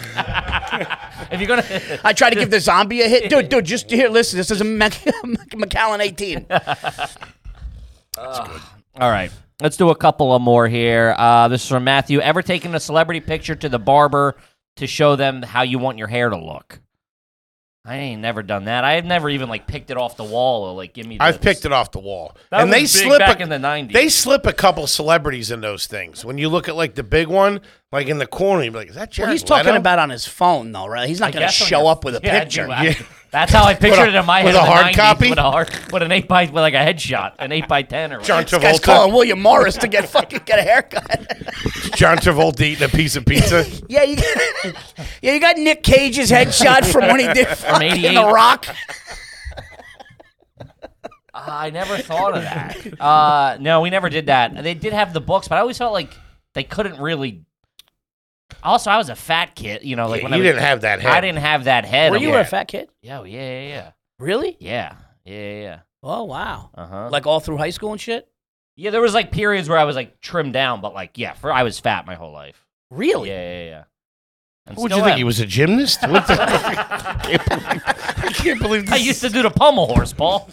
S2: if you're gonna,
S5: I try to give the zombie a hit, dude. Dude, just here. Listen, this is a Mac- McAllen 18.
S2: All right. Let's do a couple of more here. Uh, this is from Matthew. Ever taken a celebrity picture to the barber to show them how you want your hair to look? I ain't never done that. I have never even like picked it off the wall or like give me. The,
S1: I've picked it off the wall.
S2: That
S1: and they
S2: was big
S1: slip
S2: back
S1: a,
S2: in the 90s.
S1: They slip a couple celebrities in those things. When you look at like the big one, like in the corner, you're like, is that Jared
S5: He's talking
S1: Leto?
S5: about on his phone though, right? He's not gonna
S2: guess on
S5: show
S2: your-
S5: up with a
S2: Yeah, I do.
S5: picture.
S2: I- That's how I pictured it in my head.
S1: with
S2: in
S1: a
S2: the
S1: hard
S2: 90s,
S1: copy?
S2: with a hard, with an eight by with like a headshot, an eight by ten or
S1: John
S2: whatever.
S5: This guy's
S1: Travolta.
S5: calling William Morris to get fucking get a haircut.
S1: John Travolta eating a piece of pizza.
S5: yeah, you yeah, you got Nick Cage's headshot from when he did fucking
S2: 88.
S5: The Rock.
S2: Uh, I never thought of that. Uh, no, we never did that. They did have the books, but I always felt like they couldn't really. Also, I was a fat kid, you know, like
S1: you
S2: when I was-
S1: didn't have that head.
S2: I didn't have that head.
S5: Were
S2: I'm
S5: you a
S2: like,
S5: fat kid?
S2: Yo, yeah, yeah, yeah,
S5: Really?
S2: yeah, yeah, yeah.
S5: Oh wow.
S2: Uh huh.
S5: Like all through high school and shit.
S2: yeah, there was like periods where I was like trimmed down, but like yeah, for I was fat my whole life.
S5: Really?
S2: Yeah, yeah, yeah. And
S1: What would
S2: still
S1: you think
S2: am.
S1: he was a gymnast? What the- I, can't believe, I can't believe
S2: I
S1: this.
S2: used to do the pommel horse, Paul.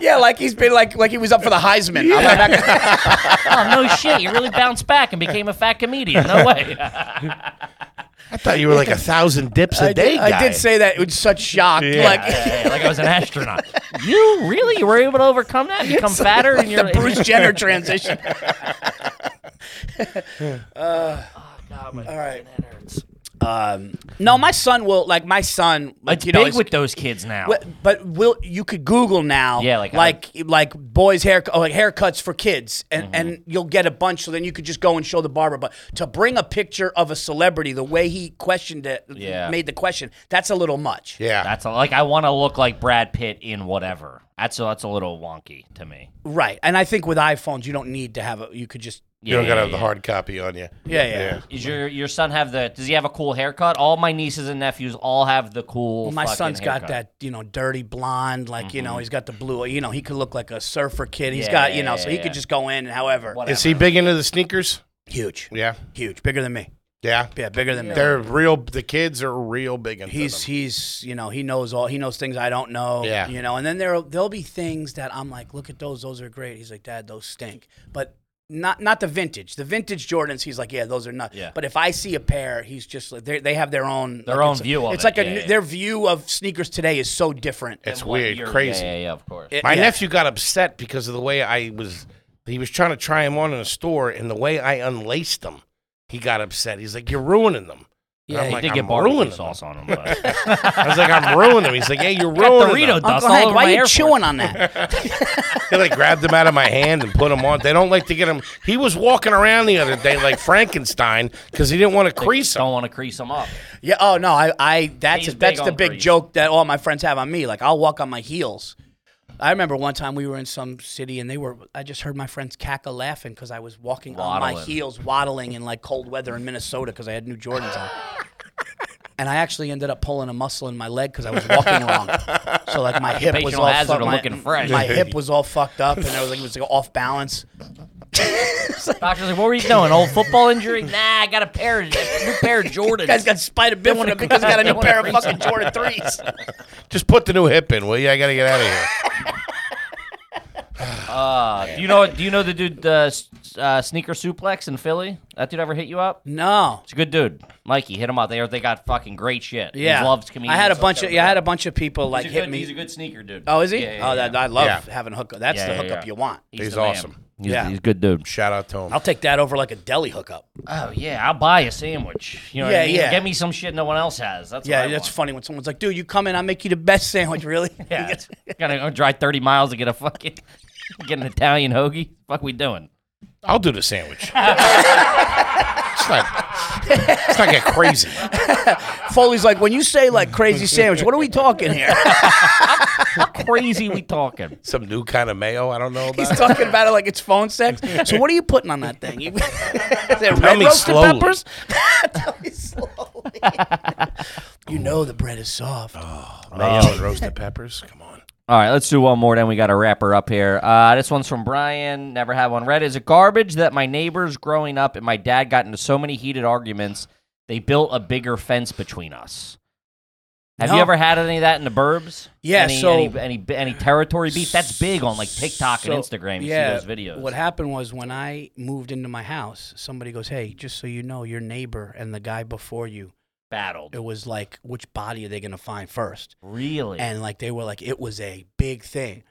S5: Yeah, like he's been like like he was up for the Heisman. I'm like, not gonna-
S2: oh no, shit! You really bounced back and became a fat comedian. No way.
S1: I thought you were like a thousand dips a
S5: I,
S1: day
S5: did, I
S1: guy.
S5: did say that with such shock. Like
S2: Yeah, like I was an astronaut. You really? You were able to overcome that? Become fatter? and you're
S5: the Bruce Jenner transition. Uh,
S2: Oh, God, my
S5: All right.
S2: head hurts.
S5: Um, no, my son will like my son. Like,
S2: It's
S5: you
S2: big
S5: know, is-
S2: with those kids now.
S5: But, but will you could Google now?
S2: Yeah, like,
S5: like like boys hair oh, like haircuts for kids, and
S2: Mm-hmm.
S5: and you'll get a bunch. So then you could just go and show the barber. But to bring a picture of a celebrity, the way he questioned it,
S2: Yeah.
S5: made the question, that's a little much.
S1: yeah.
S2: That's a, like I want to look like Brad Pitt in whatever. That's a, that's a little wonky to me.
S5: Right, and I think with iPhones, you don't need to have a. You could just
S1: You don't
S2: Yeah,
S1: gotta
S2: yeah,
S1: have the
S2: yeah.
S1: hard copy on you.
S5: yeah yeah.
S2: Is your your son have the? Does he have a cool haircut? All my nieces and nephews all have the cool.
S5: Well, my
S2: fucking
S5: son's got
S2: haircut. Mm-hmm.
S5: that, you know, dirty blonde, like, you know, he's got the blue, you know, he could look like a surfer kid. He's
S2: Yeah,
S5: got, you
S2: yeah,
S5: know, so
S2: yeah,
S5: he
S2: yeah.
S5: could just go in, however.
S2: Whatever.
S1: Is he big into the sneakers?
S5: Huge,
S1: Yeah.
S5: huge, bigger than me.
S1: Yeah.
S5: Yeah, bigger than me.
S1: They're real. The kids are real big into
S5: he's
S1: them.
S5: he's you know he knows all he knows things I don't know.
S1: Yeah.
S5: You know, and then there there'll be things that I'm like, look at those, those are great. He's like, Dad, those stink, but. Not not the vintage. The vintage Jordans, he's like, yeah, those are nuts.
S2: Yeah.
S5: But if I see a pair, he's just like they they have their own
S2: Their
S5: like,
S2: own
S5: it's a-
S2: view of
S5: It's
S2: it.
S5: like a
S2: Yeah,
S5: new-
S2: yeah.
S5: their view of sneakers today is so different.
S1: It's
S2: What
S1: weird,
S2: year-
S1: crazy.
S2: Yeah, yeah, yeah, of course.
S1: My
S5: Yeah.
S1: nephew got upset because of the way I was. He was trying to try him on in a store, and the way I unlaced them, he got upset. He's like, "You're ruining them." And
S2: yeah,
S1: I'm
S2: he
S1: like,
S2: did
S1: "I'm
S2: get barbecue
S1: ruining
S2: sauce on him. But.
S1: I was like, "I'm ruining them." He's like, "Yeah, you're
S2: Got
S1: ruining
S2: Dorito
S1: them."
S2: dust
S5: Uncle
S2: all over
S5: Hank,
S2: my
S5: why are you
S2: Air Force.
S5: chewing on that?
S1: He like grabbed them out of my hand and put them on. They don't like to get them. He was walking around the other day like Frankenstein because he didn't want to crease them.
S2: Don't want to crease them up.
S5: yeah. Oh no, I, I that's
S2: He's
S5: that's
S2: big
S5: the
S2: on
S5: big
S2: grease.
S5: joke that all my friends have on me. Like I'll walk on my heels. I remember one time we were in some city and they were. I just heard my friends cackle laughing because I was walking on my
S2: Waddling.
S5: heels, waddling in like cold weather in Minnesota because I had new Jordans on. And I actually ended up pulling a muscle in my leg because I was walking wrong. So like my hip was
S2: Occupational
S5: all
S2: hazard
S5: fucked.
S2: of
S5: My,
S2: looking fresh.
S5: my hip was all fucked up, and I was like it was like off balance.
S2: Doctor's like, what were you doing? Old football injury? Nah, I got a pair, of, a new pair of Jordans.
S5: Guys got spider bifida because I got a new pair of fucking Jordan threes.
S1: Just put the new hip in, will you? I gotta get out of here.
S2: Uh, do you know? Do you know the dude uh, s- uh, sneaker suplex in Philly? That dude ever hit you up?
S5: No.
S2: It's a good dude, Mikey. Hit him up. They are- they got fucking great shit.
S5: Yeah,
S2: he loves comedians.
S5: I had a
S2: loves
S5: bunch of
S2: everybody.
S5: yeah, I had a bunch of people like
S2: he's a
S5: hit
S2: good,
S5: me.
S2: He's a good sneaker dude.
S5: oh, is he?
S2: Yeah, yeah,
S5: oh,
S2: yeah.
S5: that, I love
S1: Yeah.
S5: having hookup. That's
S2: Yeah,
S5: the
S2: yeah,
S5: hookup
S2: yeah.
S5: you want.
S1: He's
S2: the man.
S1: awesome.
S2: He's,
S5: Yeah.
S2: he's a good dude.
S1: Shout out to him.
S5: I'll take that over like a deli hookup.
S2: Oh yeah, I'll buy a sandwich. You know what
S5: Yeah,
S2: I mean?
S5: yeah.
S2: Get me some shit no one else has. That's
S5: Yeah,
S2: what I
S5: that's
S2: want.
S5: funny when someone's like, "Dude, you come in, I make you the best sandwich." Really?
S2: Yeah, it's- gotta go drive thirty miles to get a fucking get an Italian hoagie. Fuck, we doing?
S1: I'll do the sandwich. it's not. It's not get crazy.
S5: Foley's like, "When you say like crazy sandwich, what are we talking here?"
S2: How crazy we talking?
S1: Some new kind of mayo. I don't know about.
S5: He's talking about it like it's phone sex. So what are you putting on that thing? You- Is it
S1: Tell
S5: red
S1: me
S5: roasted
S1: slowly.
S5: peppers? Tell me slowly. you know the bread is soft.
S1: mayo and roasted peppers. Come on.
S2: All right, let's do one more. Then we got to wrap her up here. Uh, this one's from Brian. Never had one read. Is it garbage that my neighbors growing up and my dad got into so many heated arguments? They built a bigger fence between us. Have you
S5: No.
S2: ever had any of that in the burbs?
S5: Yeah,
S2: Any,
S5: so-
S2: any, any any territory beef? That's big on like TikTok and
S5: So,
S2: Instagram. You see those videos.
S5: What happened was when I moved into my house, somebody goes, "Hey, just so you know, your neighbor and the guy before you,
S2: Battled.
S5: it was like, which body are they gonna find first?
S2: Really?
S5: And like they were like, it was a big thing.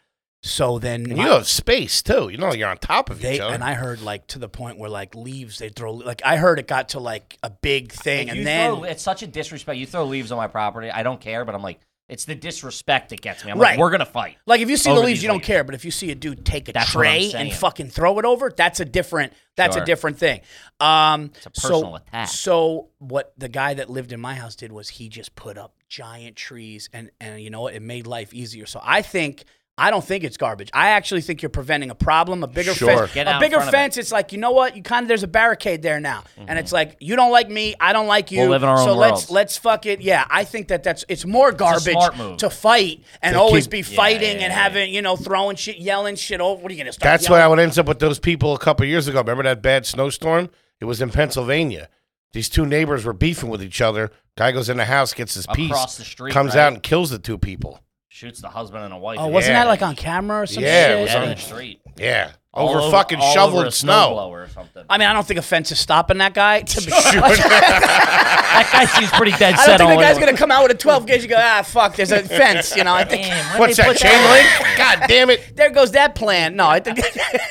S5: So then
S1: And
S5: my-
S1: you have space too. You know you're on top of
S5: they
S1: each other.
S5: and I heard like to the point where like leaves they throw like I heard it got to like a big thing,
S2: If
S5: and
S2: you
S5: then
S2: throw, it's such a disrespect. You throw leaves on my property. I don't care, but I'm like, it's the disrespect that gets me. I'm like,
S5: Right.
S2: we're gonna fight.
S5: Like if you see the
S2: Over
S5: leaves,
S2: these
S5: you don't
S2: leaves.
S5: care. But if you see a dude take a
S2: That's what I'm
S5: tray and
S2: saying.
S5: fucking throw it over, that's a different. That's
S2: Sure.
S5: a different thing. Um,
S2: It's a
S5: so-
S2: personal attack.
S5: So what the guy that lived in my house did was he just put up giant trees, and and you know what, it made life easier. So I think. I don't think it's garbage. I actually think you're preventing a problem, a bigger
S1: Sure.
S5: fence.
S2: Get out
S5: a
S2: in
S5: bigger
S2: front of it. Mm-hmm.
S5: fence, it's like, you know what? You kind of there's a barricade there now. And it's like, you don't like me, I don't like you.
S2: We'll live in our
S5: so
S2: own
S5: let's
S2: worlds.
S5: let's fuck it. Yeah, I think that that's it's more garbage
S2: smart move.
S5: to fight and always
S1: keep-
S5: be fighting
S2: yeah,
S5: and
S2: yeah.
S5: having you know throwing shit, yelling shit. Oh, what are you gonna start?
S1: That's why
S5: yelling?
S1: I would end up with those people a couple years ago. Remember that bad snowstorm? It was in Pennsylvania. These two neighbors were beefing with each other. Guy goes in the house, gets his piece,
S2: Across the street,
S1: comes
S2: right?
S1: out and kills the two people.
S2: Shoots the husband and a wife.
S5: Oh, wasn't
S1: Yeah.
S5: that like on camera or something?
S1: Yeah, it
S5: shit?
S1: was
S2: dead
S1: on-
S2: in the street.
S1: Yeah,
S2: All
S1: over, fucking
S2: all
S1: shoveling
S2: over a
S1: snow.
S2: snowblower or something.
S5: I mean, I don't think offense is stopping that guy. To be
S2: that guy seems pretty dead
S5: I don't
S2: set
S5: think
S2: on
S5: the guy's
S2: it.
S5: gonna come out with a 12 gauge. You go, ah, fuck. There's a fence. You know, I think
S2: Damn,
S1: What's that chain link? God damn it!
S5: there goes that plan. No, I think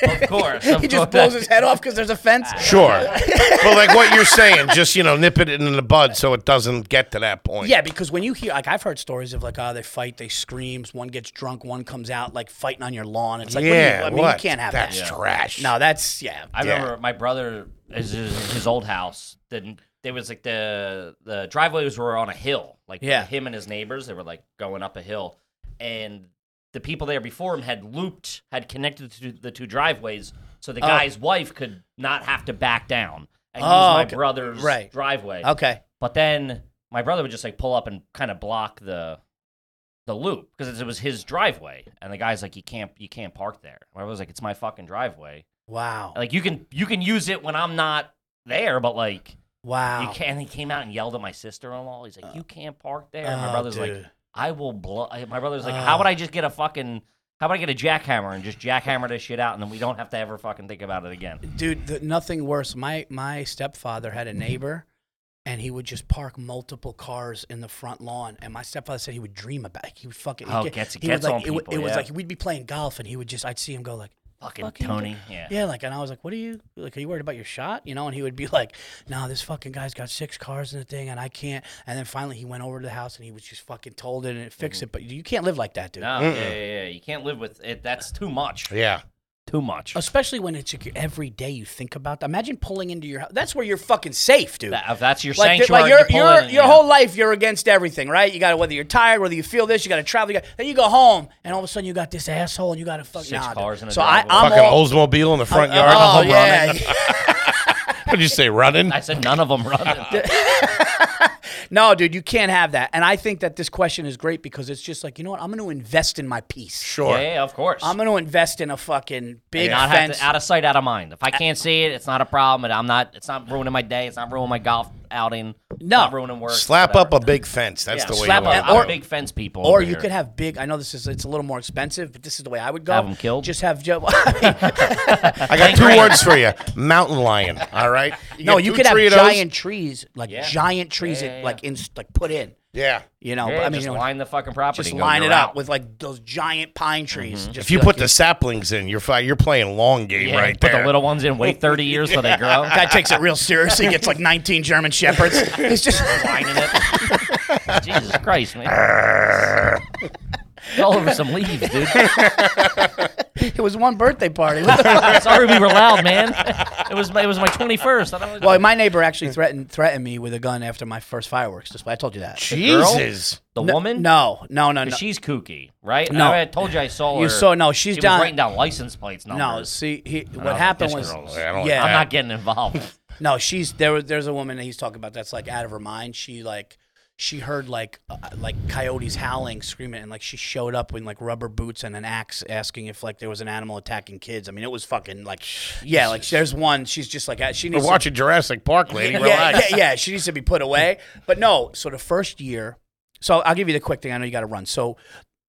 S2: Of course, of
S5: he just
S2: course.
S5: blows his head off because there's a fence.
S1: Sure, but like what you're saying, just you know, nip it in the bud so it doesn't get to that point.
S5: Yeah, because when you hear, like, I've heard stories of, like, oh, they fight, they screams, one gets drunk, one comes out, like, fighting on your lawn. It's like, what do you-
S1: yeah.
S5: I mean,
S1: what?
S5: you can't have
S1: That's
S5: that.
S1: trash.
S5: No, that's, yeah.
S2: I
S1: Yeah.
S2: remember my brother his, his, his old house. Then there was like the the driveways were on a hill. Like
S5: Yeah.
S2: him and his neighbors, they were like going up a hill, and the people there before him had looped, had connected to the two driveways, so the guy's wife could not have to back down and use
S5: Oh,
S2: my
S5: okay.
S2: brother's
S5: Right.
S2: driveway.
S5: Okay.
S2: But then my brother would just like pull up and kind of block the the loop because it was his driveway, and the guy's like, "You can't, you can't park there." My brother's like, "It's my fucking driveway."
S5: Wow.
S2: Like you can you can use it when I'm not there, but like
S5: Wow.
S2: You can, and he came out and yelled at my sister-in-law. He's like, "You can't park there." And my
S5: Oh,
S2: brother's like,
S5: dude.
S2: "I will blow." My brother's like, "How would I just get a fucking? How about I get a jackhammer and just jackhammer this shit out, and then we don't have to ever fucking think about it again?"
S5: dude the, nothing worse my my stepfather had
S2: Mm-hmm.
S5: a neighbor and he would just park multiple cars in the front lawn and my stepfather said he would dream about it. he would fucking
S2: Oh,
S5: he, get-
S2: gets-
S5: he would
S2: gets
S5: like
S2: on
S5: it, wa-
S2: people,
S5: it was
S2: yeah.
S5: like we'd be playing golf and he would just i'd see him go like
S2: Fucking,
S5: Fucking
S2: Tony. Yeah.
S5: yeah like and i was like what are you like are you worried about your shot you know and he would be like no this fucking guy's got six cars in the thing and i can't and then finally he went over to the house and he was just fucking told it and it fixed it
S2: Mm-hmm.
S5: but you can't live like that dude
S2: No, yeah, yeah, yeah. You can't live with it. That's too much.
S1: Yeah.
S2: Too much.
S5: Especially when it's like your every day you think about that. Imagine pulling into your house. That's where you're fucking safe, dude.
S2: That- if that's your
S5: like, th-
S2: sanctuary,
S5: like
S2: you
S5: your
S2: pull
S5: your,
S2: in,
S5: your
S2: yeah.
S5: whole life you're against everything, right? You got to whether you're tired, whether you feel this, you got to travel. You got then you go home, and all of a sudden you got this asshole, and you got to fuck.
S2: Six
S5: nah, dude.
S2: cars in a
S5: so I,
S2: driveway.
S5: I'm
S1: Fucking
S5: all,
S1: Oldsmobile in the front
S5: uh,
S1: yard.
S5: oh
S1: all
S5: yeah,
S1: running. What'd you say, running?
S2: I said none of them run.
S5: no, dude, you can't have that. And I think that this question is great because it's just like you know what? I'm going to invest in my peace.
S1: sure.
S2: yeah, yeah, of course.
S5: I'm going to invest in a fucking big
S2: not have
S5: fence.
S2: to, out of sight, out of mind. If I can't see it, it's not a problem. And I'm not. It's not ruining my day. It's not ruining my golf outing. it's
S5: No.
S2: not ruining work.
S1: Slap
S2: whatever.
S1: up a big fence. That's
S2: Yeah,
S1: the way
S2: slap
S1: you want
S2: up.
S1: to do
S2: I'm
S1: it.
S2: big fence people.
S5: Or
S2: over
S5: you
S2: here.
S5: could have big. I know this is it's a little more expensive, but this is the way I would go.
S2: Have 'em killed?
S5: Just have Joe. I mean,
S1: I got two words for you: mountain lion. All right.
S5: no,
S1: get
S5: you
S1: two,
S5: could have
S1: three of those.
S5: giant trees, like
S2: Yeah.
S5: giant trees,
S2: Yeah,
S5: that,
S2: yeah, yeah.
S5: like in like put in.
S1: Yeah.
S5: You know,
S2: Yeah,
S5: but, I mean,
S2: just
S5: you know,
S2: line the fucking property.
S5: just
S2: and go
S5: line
S2: your Mm-hmm.
S5: it up
S2: route.
S5: with like those giant pine trees. Just
S1: If you
S5: be like,
S1: put the saplings in, you're fi- you're playing long game
S2: yeah,
S1: right
S2: put
S1: there.
S2: the little ones in. Wait 30 years till they grow.
S5: That takes it real seriously. Gets like 19 German shepherds. It's just
S2: Lining it. Jesus Christ, man. It's all over some leaves, dude.
S5: it was one birthday party. What the fuck?
S2: Sorry we were loud, man. It was my, it was my 21st. I don't know.
S5: well, my neighbor actually threatened threatened me with a gun after my first fireworks display. I told you that.
S1: Jesus.
S2: the
S5: No-
S2: woman?
S5: No, no, no, no.
S2: She's kooky, right?
S5: No.
S2: I, I told you I saw her.
S5: You saw no. She's
S2: She was
S5: down.
S2: writing down license plates
S5: no,
S2: numbers.
S5: see, he,
S2: I
S5: what
S2: was like,
S5: happened
S2: this
S5: was,
S2: girl's-
S1: I don't like
S5: Yeah.
S2: I'm not getting involved.
S5: no, she's there. was- There's a woman that he's talking about that's like out of her mind. She like, she heard like, uh, like coyotes howling, screaming, and like she showed up in like rubber boots and an axe, asking if like there was an animal attacking kids. I mean, it was fucking like, yeah, like there's one. She's just like, uh, she
S1: We're
S5: needs. to-
S1: watching Jurassic Park, lady.
S5: yeah,
S1: Relax.
S5: yeah, yeah, she needs to be put away. But no, so the first year, so I'll give you the quick thing. I know you got to run. So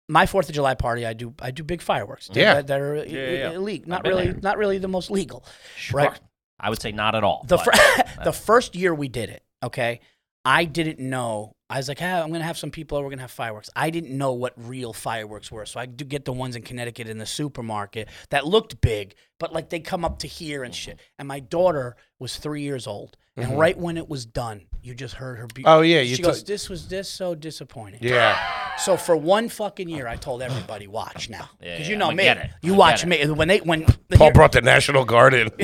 S5: my Fourth of July party, I do I do big fireworks. They're-
S1: Yeah.
S5: that, that are illegal. Not
S2: been
S5: really,
S2: there.
S5: not really the most legal. Right.
S2: I would say not at all.
S5: The
S2: but-
S5: fir- the first year we did it, okay, I didn't know. I was like, ah, I'm gonna have some people. over, We're gonna have fireworks. I didn't know what real fireworks were, so I do get the ones in Connecticut in the supermarket that looked big, but like they come up to here and shit.
S2: Mm-hmm.
S5: And my daughter was three years old, and right when it was done, you just heard her. Be-
S1: Oh, yeah, you
S5: she goes,
S1: told-
S5: "This was this so disappointing."
S1: Yeah.
S5: So for one fucking year, I told everybody, "Watch now," because
S2: yeah,
S5: you know
S2: we
S5: me.
S2: get it.
S5: You
S2: We
S5: watch
S2: get
S5: me when they when
S1: Paul brought the National Guard in.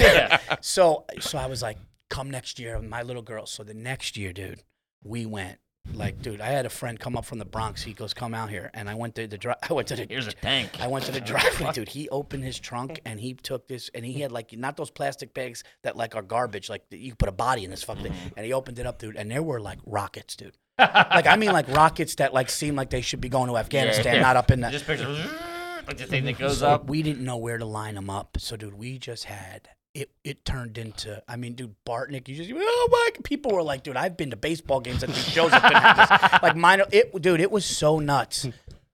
S5: so so I was like, come next year, with my little girl. So the next year, dude, we went. Like, dude, I had a friend come up from the Bronx. He goes, come out here, and I went to the dri- I went to the
S2: Here's a tank.
S5: I went to the driveway, dude. He opened his trunk and he took this, and he had like not those plastic bags that like are garbage. Like that you put a body in this fucking thing, and he opened it up, dude. And there were like rockets, dude. like I mean, like rockets that like seem like they should be going to Afghanistan, not up in the.
S2: Just picture like the thing that goes up.
S5: We didn't know where to line them up, so dude, we just had it. It turned into, I mean, dude, Bartnick, you just, oh my, people were like, dude, I've been to baseball games at these shows, have been at this. like minor, it, dude, it was so nuts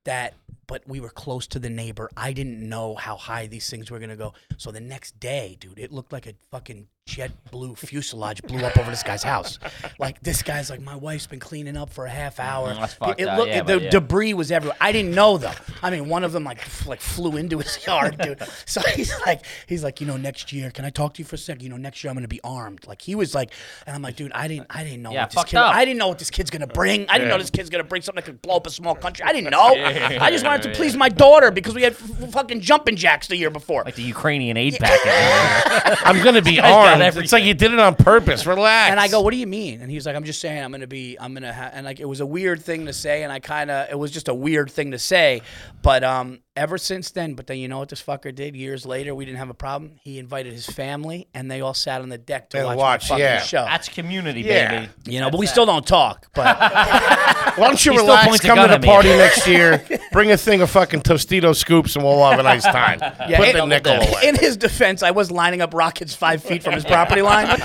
S5: that. But we were close to the neighbor. I didn't know how high these things were gonna go. So the next day, dude, it looked like a fucking jet blue fuselage blew up over this guy's house. Like this guy's like, my wife's been cleaning up for a half hour.
S2: Mm, that's fucked
S5: it
S2: up.
S5: looked
S2: Yeah,
S5: the
S2: but yeah.
S5: debris was everywhere. I didn't know though. I mean, one of them like f- like flew into his yard, dude. So he's like, he's like, you know, next year, can I talk to you for a second? You know, next year I'm gonna be armed. Like he was like, and I'm like, dude, I didn't, I didn't know
S2: Yeah,
S5: what this
S2: fucked
S5: kid,
S2: up.
S5: I didn't know what this kid's gonna bring. I didn't know this kid's gonna bring something that could blow up a small country. I didn't know. I just wanted to please my daughter because we had f- f- fucking jumping jacks the year before.
S2: Like the Ukrainian aid package.
S1: I'm gonna be
S2: guy's got
S1: armed. It's
S2: everything.
S1: like you did it on purpose. Relax.
S5: and I go, "What do you mean?" And he's like, "I'm just saying, I'm gonna be, I'm gonna," ha-. and like it was a weird thing to say, and I kind of, it was just a weird thing to say, but um, ever since then, but then you know what this fucker did? Years later, we didn't have a problem. He invited his family, and they all sat on the deck to
S1: And
S5: watch,
S1: watch,
S5: the fucking
S1: yeah.
S5: show.
S2: That's community,
S1: Yeah.
S2: baby.
S5: you know, but we still don't talk. But
S1: Why don't you
S2: He still
S1: relax?
S2: points a
S1: Come
S2: gun
S1: to
S2: at
S1: the
S2: me.
S1: party next year. Bring a thing of fucking Tostito scoops, and we'll have a nice time.
S5: Yeah,
S1: Put
S5: it-
S1: the nickel away.
S5: in his defense, I was lining up rockets five feet from his property line.
S2: What's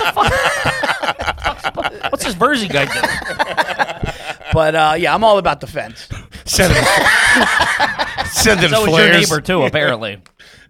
S2: this Verzi guy doing?
S5: But uh, yeah, I'm all about defense.
S1: Send it, send it
S2: So is your
S1: flares.
S2: neighbor too, apparently. Uh,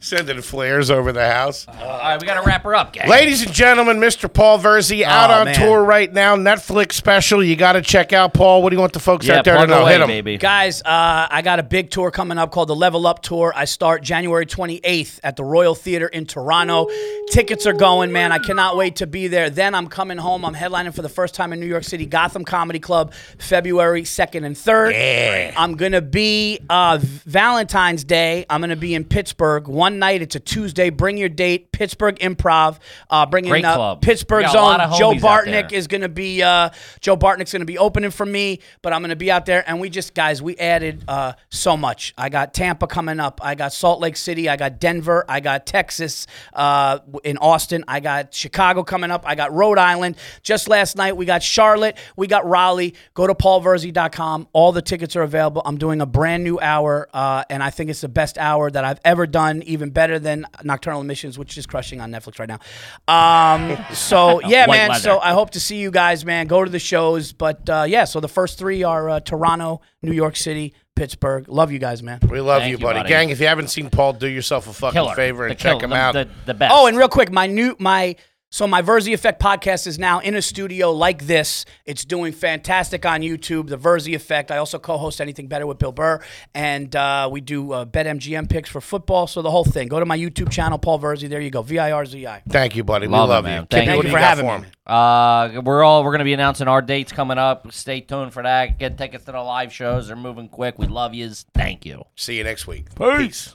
S1: Sending flares over the house.
S2: All right, we gotta wrap her up, gang.
S1: Ladies and gentlemen, Mr. Paul Verzi out
S5: Aw,
S1: on
S5: man.
S1: tour right now. Netflix special. You got to check out Paul. What do you want the folks
S2: yeah,
S1: out there to
S2: plug
S1: know?
S2: away,
S1: Hit 'em.
S2: baby.
S5: Guys, uh, I got a big tour coming up called the Level Up Tour. I start January 28th at the Royal Theater in Toronto. Tickets are going, man. I cannot wait to be there. Then I'm coming home. I'm headlining for the first time in New York City, Gotham Comedy Club, February 2nd and 3rd. I'm going to be uh, Valentine's Day. I'm going to be in Pittsburgh one night. It's a Tuesday. Bring your date. Pittsburgh Improv. Uh, bringing
S2: Great
S5: up
S2: club.
S5: Pittsburgh's
S2: We got a lot
S5: own
S2: of
S5: Joe
S2: homies out there.
S5: Bartnick is going to be uh, Joe Bartnick's going to be opening for me, but I'm going to be out there. And we just guys, we added uh, so much. I got Tampa coming up. I got Salt Lake City. I got Denver. I got Texas uh, w- in Austin. I got Chicago coming up. I got Rhode Island. Just last night we got Charlotte. We got Raleigh. Go to paulverzi.com. All the tickets are available. I'm doing a brand new hour, uh, and I think it's the best hour that I've ever done. Even better than Nocturnal Emissions, which is crushing on Netflix right now. Um, so yeah,
S2: White
S5: man.
S2: leather.
S5: So I hope to see you guys, man. Go to the shows. But uh, yeah, so the first three are uh, Toronto, New York City, Pittsburgh. Love you guys, man.
S1: We love
S2: Thank
S1: you,
S2: you,
S1: buddy.
S2: buddy.
S1: Gang, if you haven't seen Paul, do yourself a fucking
S2: Killer.
S1: favor and
S2: The
S1: check
S2: kill-
S1: him
S2: the-
S1: out.
S2: The, the best.
S5: Oh, and real quick, my new my so my Verzi Effect podcast is now in a studio like this. It's doing fantastic on YouTube. The Verzi Effect. I also co-host Anything Better with Bill Burr, and uh, we do uh, Bet MGM picks for football. So the whole thing. Go to my YouTube channel, Paul Verzi. There you go. V I R Z I.
S1: Thank you, buddy.
S2: Love it,
S1: we love
S2: man.
S1: you.
S2: Thank
S1: Kenny,
S2: you
S1: what do
S5: for
S1: got
S5: having
S1: for
S5: me,
S1: him?
S5: man.
S2: Uh, we're all we're gonna be announcing our dates coming up. Stay tuned for that. Get tickets to the live shows. They're moving quick. We love yous. Thank you.
S1: See you next week. Peace.